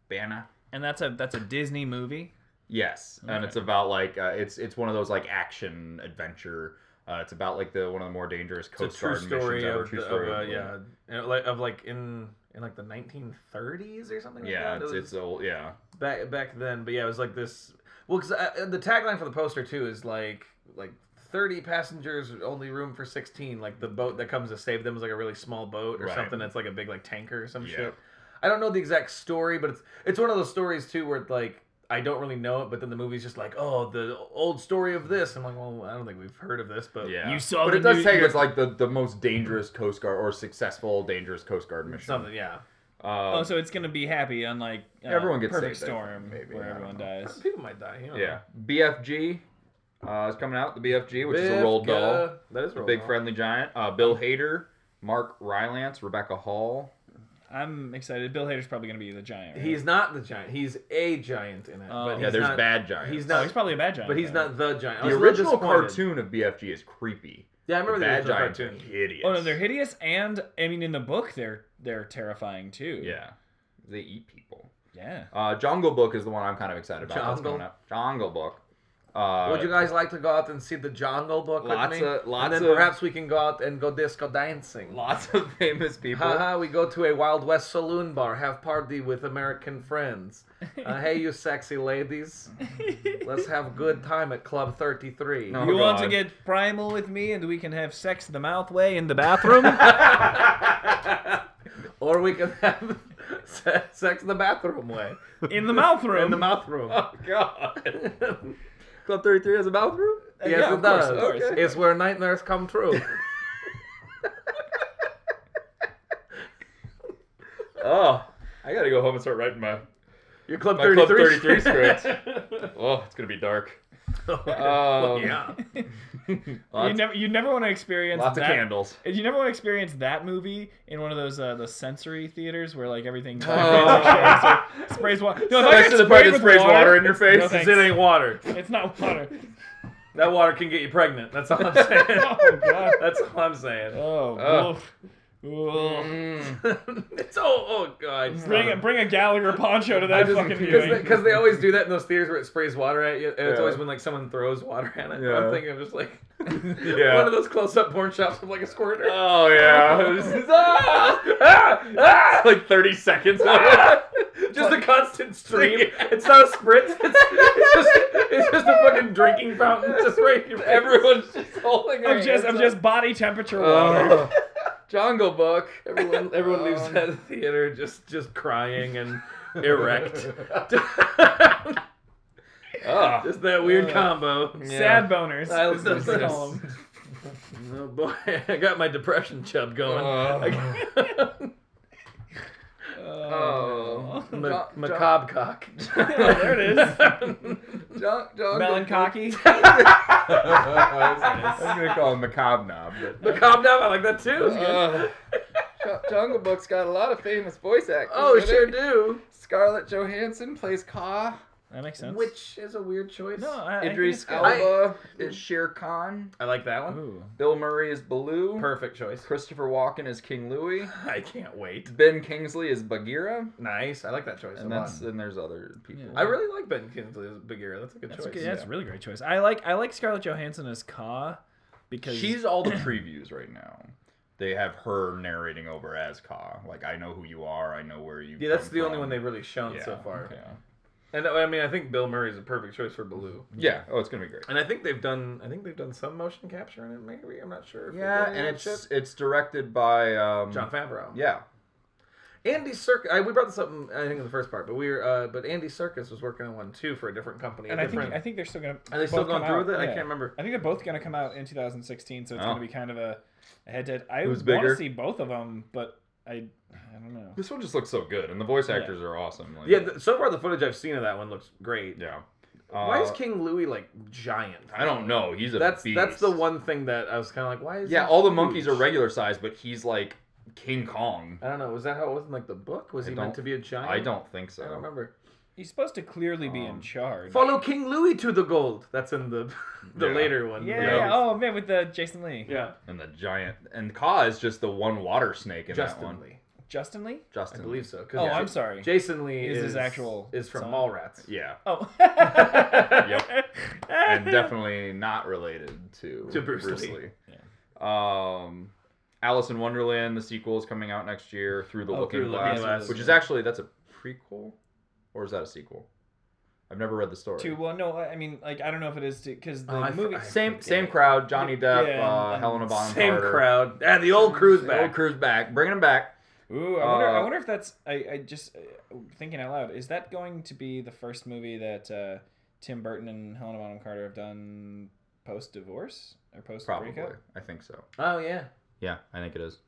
Bana.
And that's a that's a Disney movie.
Yes, and
Okay.
it's about like uh, it's it's one of those like action adventure. Uh, it's about like the one of the more dangerous Coast
It's a true
Guard missions
story
ever.
of,
true
the,
story
of uh,
of,
yeah, and like- of like in in like the 1930s or something. Like
yeah.
that. It
It's
was-
it's old, yeah.
back back then. But yeah, it was like this. Well, because the tagline for the poster too is like like thirty passengers, only room for sixteen. Like the boat that comes to save them is like a really small boat or
Right.
something. That's like a big like tanker or some
Yeah.
shit. I don't know the exact story, but it's it's one of those stories too where it's like. I don't really know it, but then the movie's just like, oh, the old story of this. I'm like, well, I don't think we've heard of this, but
Yeah.
You saw
but
the
it does
new-
say it's like the, the most dangerous Coast Guard or successful dangerous Coast Guard mission.
something, yeah.
Um,
Oh, so it's gonna be happy, unlike uh,
Everyone gets
perfect
saved, I think,
storm,
maybe, I
where
don't
everyone
know.
dies.
People might die. You know.
yeah, BFG uh, is coming out. The BFG, which is a
Biff,
roll doll,
Gah. That is
the
roll
big
doll.
friendly giant. Uh, Bill Hader, Mark Rylance, Rebecca Hall.
I'm excited. Bill Hader's probably gonna be the giant. Right?
He's not the giant. He's a giant in it.
Oh.
but
Yeah,
Yeah,
he's
there's
not-
bad giants.
he's
no,
not-
Oh, he's probably a bad giant.
But he's
though.
not the giant. I was
the
a little
original
disappointed.
cartoon of BFG is creepy.
Yeah, I remember the
Bad
original
giants are
cartoon.
hideous.
Oh no, they're hideous, and I mean, in the book, they're they're terrifying too.
Yeah, they eat people.
Yeah.
Uh, Jungle Book is the one I'm kind of excited about. That's
Jungle?
coming up. Jungle Book. Uh,
Would you guys like to go out and see the Jungle Book
Lots
with me?
of-
and
lots
then
of-
perhaps we can go out and go disco dancing.
Lots of famous people.
Haha, we go to a Wild West saloon bar, have party with American friends. Uh, hey, you sexy ladies. Let's have good time at Club 33.
No. Oh,
you want to
God.
get primal with me, and we can have sex the mouth way in the bathroom?
Or we can have se- sex the bathroom way.
in the mouth room.
In the mouth room.
oh God. Club 33 has a bathroom.
yes,
yeah,
it
of course,
does.
of course.
Okay. It's where nightmares come true.
Oh, I gotta go home and start writing my.
Your Club
My Club
33
33 Oh, it's gonna be dark. Um,
yeah.
you
Lots,
never, you never want to experience
lots of
that-
candles.
You never want to experience that movie in one of those uh, the sensory theaters where like everything
Oh.
sprays water. No, if I
Next
get
to the
sprayed
part that
with
sprays
water,
water in your face.
No,
Since
thanks.
it ain't water.
it's not water.
That water can get you pregnant. That's all I'm saying.
Oh god.
That's all I'm saying.
Oh.
Ugh.
woof. Ugh.
Mm.
it's oh oh god. it's
Bring a,
not-
bring a Gallagher poncho to
I
that
just-
fucking
because
viewing.
they, 'cause they always do that in those theaters where it sprays water at you. And it's
Yeah.
always when like someone throws water at it.
Yeah.
I'm thinking of just like
Yeah.
one of those close-up porn shops with like a squirter.
Uh,
Oh yeah. This is- ah!
Ah! Ah!
like 30 seconds. Oh.
just a constant stream. It's not a spritz. It's, it's just it's just a fucking drinking fountain just right in your face.
Everyone's just holding.
I'm just I'm just body temperature
Oh.
water.
Oh. Jungle Book.
Everyone, everyone leaves that theater just, just crying and erect.
Ah.
just that weird
Uh,
combo.
Sad boners.
I
is what they call 'em.
Oh boy, I got my depression chub going.
Oh.
Oh.
Ma- macabre cock. Oh,
there it is.
Junk, junk.
Melancholy.
I was gonna call him macabre knob, but
macabre knob, I like that too.
uh, J- Jungle Book's got a lot of famous voice actors.
Oh,
in
sure
it.
do.
Scarlett Johansson plays Ka.
That makes sense.
Which is a weird choice.
no, I, I think
Idris
it's good.
I-
Elba is Shere Khan.
I like that one.
Ooh.
Bill Murray is Baloo.
Perfect choice.
Christopher Walken is King Louis.
I can't wait.
Ben Kingsley is Bagheera.
Nice. I like that choice
And
a lot.
that's and there's other people.
Yeah.
I really like Ben Kingsley as Big Ear. That's a good
That's,
choice.
good. that's a really great choice. I like I like Scarlett Johansson as Ka because
She's all the previews right now. They have her narrating over as Ka. Like I know who you are. I know where you.
Yeah, that's
come
the only
from.
one they've really shown
Yeah,
so far.
Yeah.
And I mean, I think Bill Murray is a perfect choice for Baloo.
yeah. Oh, it's gonna be great.
And I think they've done, I think they've done some motion capture in it. Maybe I'm not sure. if they've
Yeah,
done
and
that
it's
shit.
it's directed by um,
John Favreau.
Yeah.
Andy Circus. We brought this up, in, I think, in the first part, but we were, uh, but Andy Circus was working on one too for a different company. a
and I think
different,
I think they're still gonna.
are they still
both come
going through
out.
with it? I
Yeah.
can't remember.
I think they're both gonna come out in 2016, so it's
Oh.
gonna be kind of a a head to head. I
Who's
want
bigger?
to see both of them, but I I don't know.
This one just looks so good, and the voice
Yeah.
actors are awesome. Like,
Yeah, th- so far the footage I've seen of that one looks great.
yeah.
Why is
Uh,
King Louis like giant?
I don't know. He's a
That's
beast.
that's the one thing that I was kind of like, why is
Yeah,
he
all the monkeys are
huge?
regular size, but he's like King Kong.
I don't know. Was that how it was in like the book? Was
I
he
don't-
meant to be a giant?
I don't think
I don't
so.
remember.
He's supposed to clearly be
Um,
in charge.
Follow King Louis to the gold. That's in the the
Yeah.
later one.
yeah,
The-
yeah. Oh man, with the Jason Lee.
yeah.
And the giant and Ka is just the one water snake in that
Justin
one.
Lee.
Justin Lee.
I
Justin,
believe so. 'cause
Oh,
Ja-
I'm sorry.
Jason Lee
Is
is,
his actual
is from
son.
Mallrats.
Yeah,
Oh.
and definitely not related to
To Bruce Lee.
Um, Alice in Wonderland, the sequel is coming out next year through the
Oh,
Looking
Through the Looking
Glass,
Glass,
which is
yeah.
actually that's a prequel, or is that a sequel? I've never read the story.
To well, no, I I mean, like I don't know if it is because the
Oh, I f-
movie.
I
Same
forget.
same crowd, Johnny Depp,
Yeah,
uh,
and-
Helena Bonham
Same
Carter.
crowd. Yeah, the old crew's
The
back.
old crew's back, bringing him back.
Ooh, I wonder.
Uh,
I wonder if that's. I, I just uh, thinking out loud. Is that going to be the first movie that uh, Tim Burton and Helena Bonham Carter have done post divorce or post
Probably,
breakup?
I think so.
Oh yeah.
Yeah, I think it is.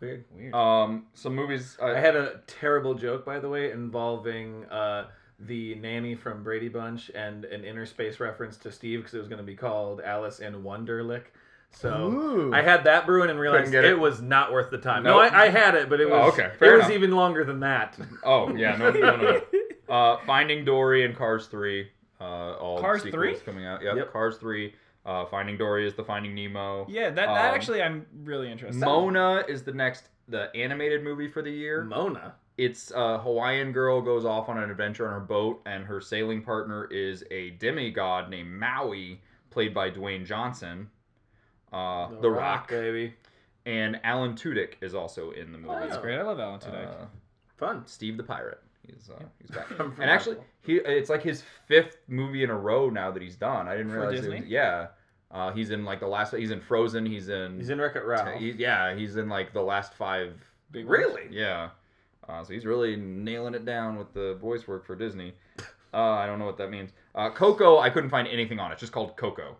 Weird.
Weird.
Um, some movies. I,
I had a terrible joke, by the way, involving uh, the nanny from Brady Bunch and an inner space reference to Steve because it was going to be called Alice in Wonderlick. So
Ooh.
I had that brewing and realized
get
it.
it?
was not worth the time. No,
Nope.
I, I had it, but it
Oh,
was
okay.
it
Fair
was
enough.
even longer than that.
oh yeah, no, no, no. no. uh, Finding Dory and Cars Three. Uh, all
Cars
sequels
3?
coming out. Yep,
Yep.
Cars Three. Uh, Finding Dory is the Finding Nemo.
yeah, that,
um,
that actually I'm really interested.
Mona is the next the animated movie for the year.
Mona.
it's a Hawaiian girl goes off on an adventure on her boat, and her sailing partner is a demigod named Maui, played by Dwayne Johnson. Uh, the, Rock,
baby.
and Alan Tudyk is also in the movie.
Oh,
That's great. I love Alan Tudyk.
Uh,
Fun.
Steve the Pirate. He's uh, he's back.
From- from
and actually,
Apple.
he it's like his fifth movie in a row now that he's done. I didn't
For
realize. it
Disney?
was- yeah, uh, he's in like the last. He's in Frozen. He's in.
He's in Wreck It Ralph.
he- yeah, he's in like the last five
Big ones.
really?
yeah. Uh, so he's really nailing it down with the voice work for Disney. Uh, I don't know what that means. Uh, Coco, I couldn't find anything on it. It's just called Coco.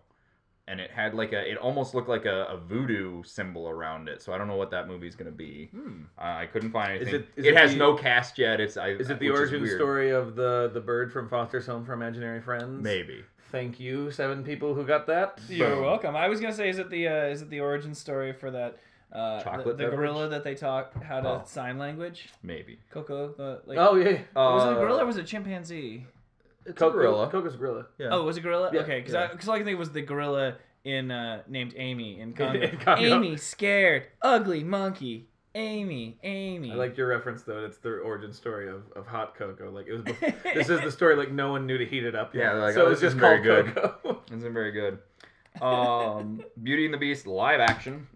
And it had like a, it almost looked like a, a voodoo symbol around it. So I don't know what that movie's going to be.
Hmm.
Uh, I couldn't find
Is
anything.
it- is
it,
it
has
the-
no cast yet. It's I,
Is it the
which
origin
weird.
story of the the bird from Foster's Home for Imaginary Friends?
Maybe.
Thank you, seven people who got that.
You're
Boom.
welcome. I was gonna say, is it the uh, is it the origin story for that uh, the,
Chocolate
the
beverage?
gorilla that they taught how to
Oh.
sign language?
Maybe.
Coco, the like.
Oh yeah.
was it a
Uh,
gorilla or was it a chimpanzee?
It's
Coco-
a gorilla.
Coco's a gorilla.
Yeah.
Oh, it was a gorilla?
Yeah,
okay, because
yeah.
all I can think was the gorilla in uh, named Amy in Congo.
in Congo.
Amy, scared, ugly monkey. Amy, Amy.
I like your reference though. It's the origin story of, of hot cocoa. Like it was. Before, this is the story. Like no one knew to heat it up. Yet.
Yeah, they're like,
so
"Oh,
it was
this
just
isn't
called
very
cocoa.
It's been very good. Um, Beauty and the Beast live action.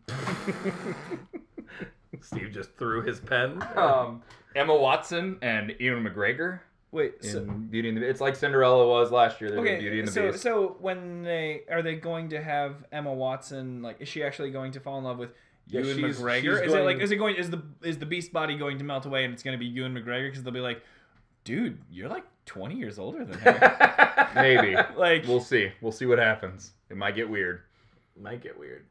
Steve just threw his pen.
um, Emma Watson and Ian McGregor.
Wait,
in
so,
Beauty and the It's like Cinderella was last year. They okay, Beauty
okay,
and the
so
Beast.
so when they are they going to have Emma Watson? Like, is she actually going to fall in love with
Yeah,
Ewan
she's-
McGregor?
she's
is it like
going-
is it going is the is the beast body going to melt away and it's going to be Ewan McGregor? Because they'll be like, dude, you're like twenty years older than her.
Maybe
like,
we'll see. We'll see what happens. It might get weird.
Might get weird.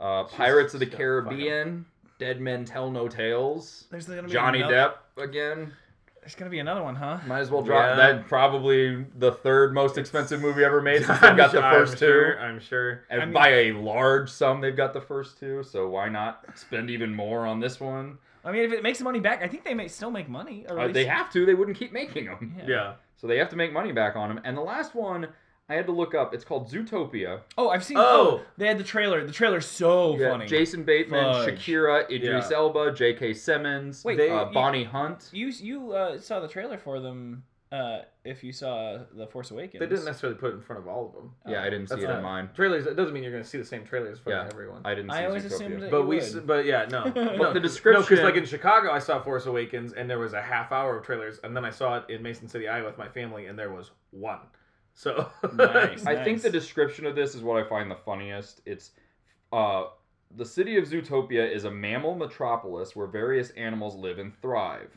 Uh, Pirates of the
she's got
Caribbean. Dead Men Tell No Tales.
there's gonna be
Johnny
another-
Depp again.
There's gonna be another one, huh?
Might as well drop
Yeah.
that. Probably the third most expensive movie ever made since
I'm
they've got the
su- I'm
1st
sure-
two.
I'm sure.
And
I mean-
by a large sum, they've got the first two. So why not spend even more on this one?
I mean, if it makes the money back, I think they may still make money. Or
Uh,
at
they
least-
have to. They wouldn't keep making them.
Yeah.
Yeah.
So they have to make money back on them. And the last one I had to look up. It's called Zootopia.
Oh, I've seen.
Oh!
Oh, they had the trailer. The trailer's so
Yeah,
funny.
Jason Bateman,
Fudge.
Shakira, Idris
Yeah.
Elba, J.K. Simmons,
Wait,
uh,
you-
Bonnie Hunt.
You you uh, saw the trailer for them. Uh, if you saw the Force Awakens,
They didn't necessarily put it in front of all of them.
yeah, I
Oh,
didn't see
That's
it
not
in mine.
Trailers. It doesn't mean you're going to see the same trailers for
Yeah.
everyone.
I didn't see
I always
Zootopia.
assumed that-
but
you
we,
would.
s- but yeah, no.
But
no,
the
because
description-
like in Chicago, I saw Force Awakens, and there was a half hour of trailers, and then I saw it in Mason City, Iowa, with my family, and there was one. So
Nice.
I think the description of this is what I find the funniest. It's uh, the city of Zootopia is a mammal metropolis where various animals live and thrive.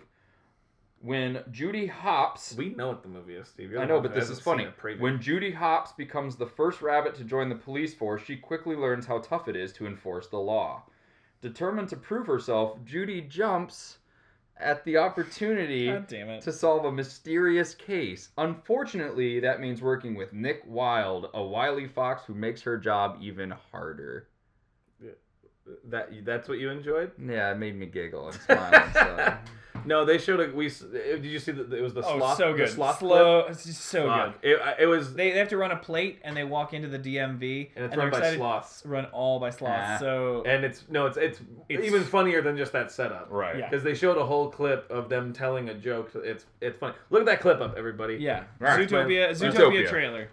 When Judy Hopps,
we know what the movie is, Steve. You're
I
the
know,
one
but
who
this is
hasn't seen
funny.
a preview.
When Judy Hopps becomes the first rabbit to join the police force, she quickly learns how tough it is to enforce the law. Determined to prove herself, Judy jumps at the opportunity
God damn it.
to solve a mysterious case. Unfortunately, that means working with Nick Wilde, a wily fox who makes her job even harder.
that that's what you enjoyed.
Yeah, it made me giggle and smile. so.
No, they showed a we. s- Did you see that it was the
Oh,
sloth?
so good.
The sloth
Slow. It's just so
clip?
good.
Fuck. It, I- it was
They, they have to run a plate and they walk into the DMV
and it's
they're
run by
excited-
sloths,
Run all by sloths.
Ah.
So
and it's no, it's, it's
It's-
even funnier than just that setup.
Right.
Yeah.
Because they showed a whole clip of them telling a joke. It's it's funny. Look at that clip up, everybody.
yeah,
Right.
Zootopia, Zootopia
Zootopia.
trailer.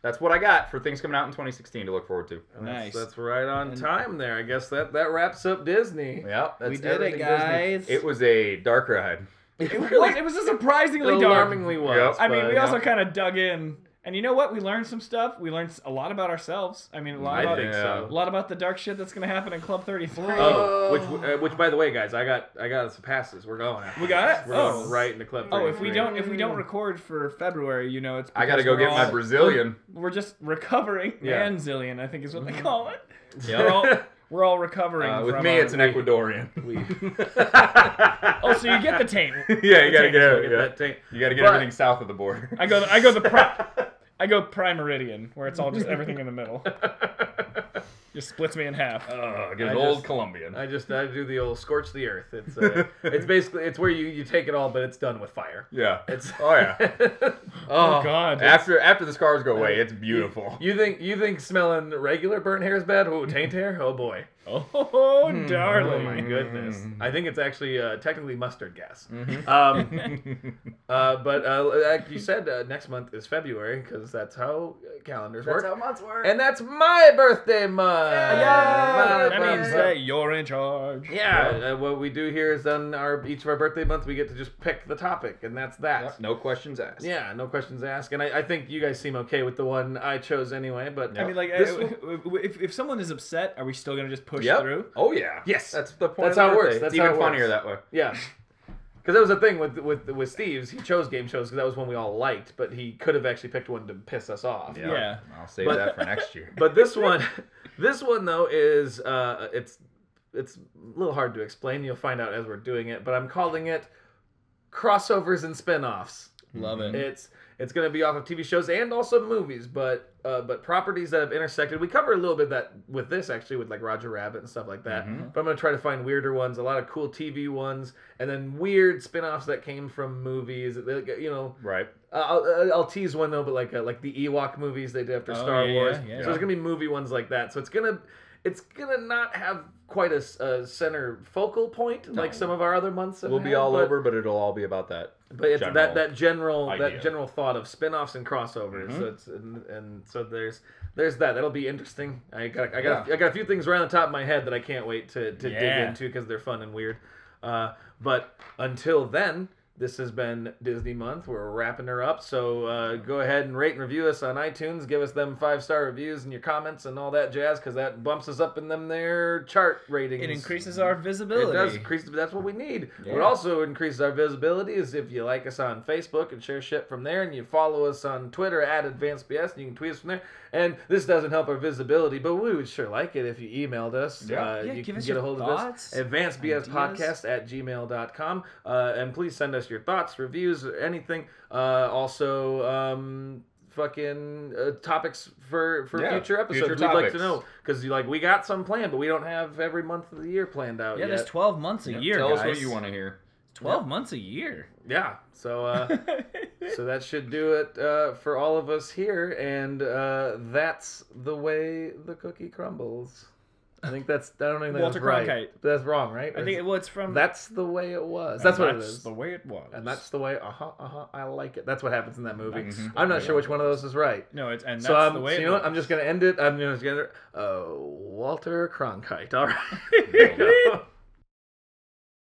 That's what I got for things coming out in 2016 to look forward to.
And that's-
Nice.
That's, right on time there. I guess that that wraps up Disney.
Yep, that's
We did it,
everything Disney.
guys.
It was a dark ride.
It,
really-
was, it was a surprisingly dark.
Alarmingly was.
I mean,
but-
we also kind of dug in, and you know what? We learned some stuff. We learned a lot about ourselves. I mean, a lot
I
about
think
a
so.
lot about the dark shit that's gonna happen in Club Thirty Three.
Oh, which uh, which by the way, guys, I got I got some passes. We're going. after
We got
this.
it?
We're
Oh.
going right into club.
Oh, if we
33.
don't if we don't record for February, you know it's
I gotta
because
go get
we're
my
all-
Brazilian.
We're just recovering
Yeah.
manzillion, I think is what they call it.
Yep.
We're all we're all recovering
Uh, with
from
me,
our-
it's an Ecuadorian.
We-
Oh, so you get the taint.
yeah, you gotta get,
So
it,
get
yeah.
that tank.
You gotta get
But-
everything south of the border.
I go I go the pri- I go prime meridian where it's all just everything in the middle. Just splits me in half.
Uh, get
I
an old
just-
Colombian.
I just I do the old scorch the earth. It's uh, it's basically it's where you you take it all, but it's done with fire.
yeah.
It's
oh yeah.
Oh, God.
After after the scars go away, it's beautiful.
you think you think smelling regular burnt hair is bad? Oh, taint hair? Oh boy.
Oh,
Hmm.
Oh
darling.
my goodness! I think it's actually uh, technically mustard gas.
Mm-hmm.
Mhm.
Um, uh, but uh, like you said, uh, next month is February because that's how uh, calendars work,
months work.
and that's my birthday month.
Yeah,
My
that means
birthday.
that you're in charge.
Yeah, uh, what we do here is on our each of our birthday months, we get to just pick the topic, and that's that.
Yep, No questions asked.
Yeah, no questions asked, and I, I think you guys seem okay with the one I chose anyway. But
I mean, like,
This
uh, if, if someone is upset, are we still gonna just push
Yep.
through?
Oh yeah.
Yes.
That's the point.
That's
of the
how it works.
birthday.
That's
it's even
how it
funnier
works.
that way.
Yeah. Because that was the thing with with with Steve's. He chose game shows because that was one we all liked, but he could have actually picked one to piss us off.
Yeah.
I'll save
But-
that for next year.
But this one, this one though is uh, it's it's a little hard to explain. You'll find out as we're doing it. But I'm calling it crossovers and spin-offs.
Love
Mm-hmm.
it.
It's it's going to be off of TV shows and also movies, but uh, but properties that have intersected. We cover a little bit that with this actually with like Roger Rabbit and stuff like that.
Mhm.
But I'm going to try to find weirder ones, a lot of cool TV ones, and then weird spin-offs that came from movies. Like, You know,
right.
uh, I'll, I'll tease one though, but like uh, like the Ewok movies they did after
Oh,
Star
yeah,
Wars.
yeah, yeah.
So there's gonna be movie ones like that. So it's gonna it's gonna not have quite a, s- a center focal point like some of our other months. have
We'll be
had,
all
but-
over, but it'll all be about that.
but it's that
general
that general
idea. Mm-hmm.
that general thought of spin-offs and crossovers. So it's and, and so there's there's that. That'll be interesting. I got I got I got a few things right on the top of my head that I can't wait to to dig
Yeah.
into because they're fun and weird. Uh, but until then. This has been Disney Month. We're wrapping her up. So uh, go ahead and rate and review us on iTunes. Give us them five star reviews and your comments and all that jazz because that bumps us up in them their chart ratings.
It increases
Mm-hmm.
our visibility.
It does increase. That's what we need. What
Yeah.
also increases our visibility is if you like us on Facebook and share shit from there, and you follow us on Twitter at AdvancedBS, and you can tweet us from there. And this doesn't help our visibility, but we would sure like it if you emailed us.
Yeah.
Uh,
Yeah,
you
give
can
us
get
your
a hold
thoughts,
of us. AdvancedBSPodcast at gmail.com. Uh, and please send us us your thoughts, reviews, anything. Uh, also, um, fucking uh, topics for for
Yeah,
future episodes.
future
We'd like to
topics.
know because you like we got some planned, but we don't have every month of the year planned out
Yeah,
yet.
there's 12 months a year,
Tell
guys.
us what you want to hear.
12 months a year.
yeah, so. Uh, So that should do it uh, for all of us here, and uh, that's the way the cookie crumbles. I think that's I don't think that's
Walter
right.
Cronkite.
But that's wrong, right?
I think it, well, it's from
that's the way it was.
and
That's what it
that's
is.
The way it was.
and that's the way. Uh huh. Uh huh. I like it. That's what happens in that movie.
That's the
I'm not
way
sure
it
which one of those is right.
no, it's and that's
so, um,
the way
so
it
you know what?
was.
I'm just gonna end it. I'm just gonna. Uh, Walter Cronkite. All right. There you go.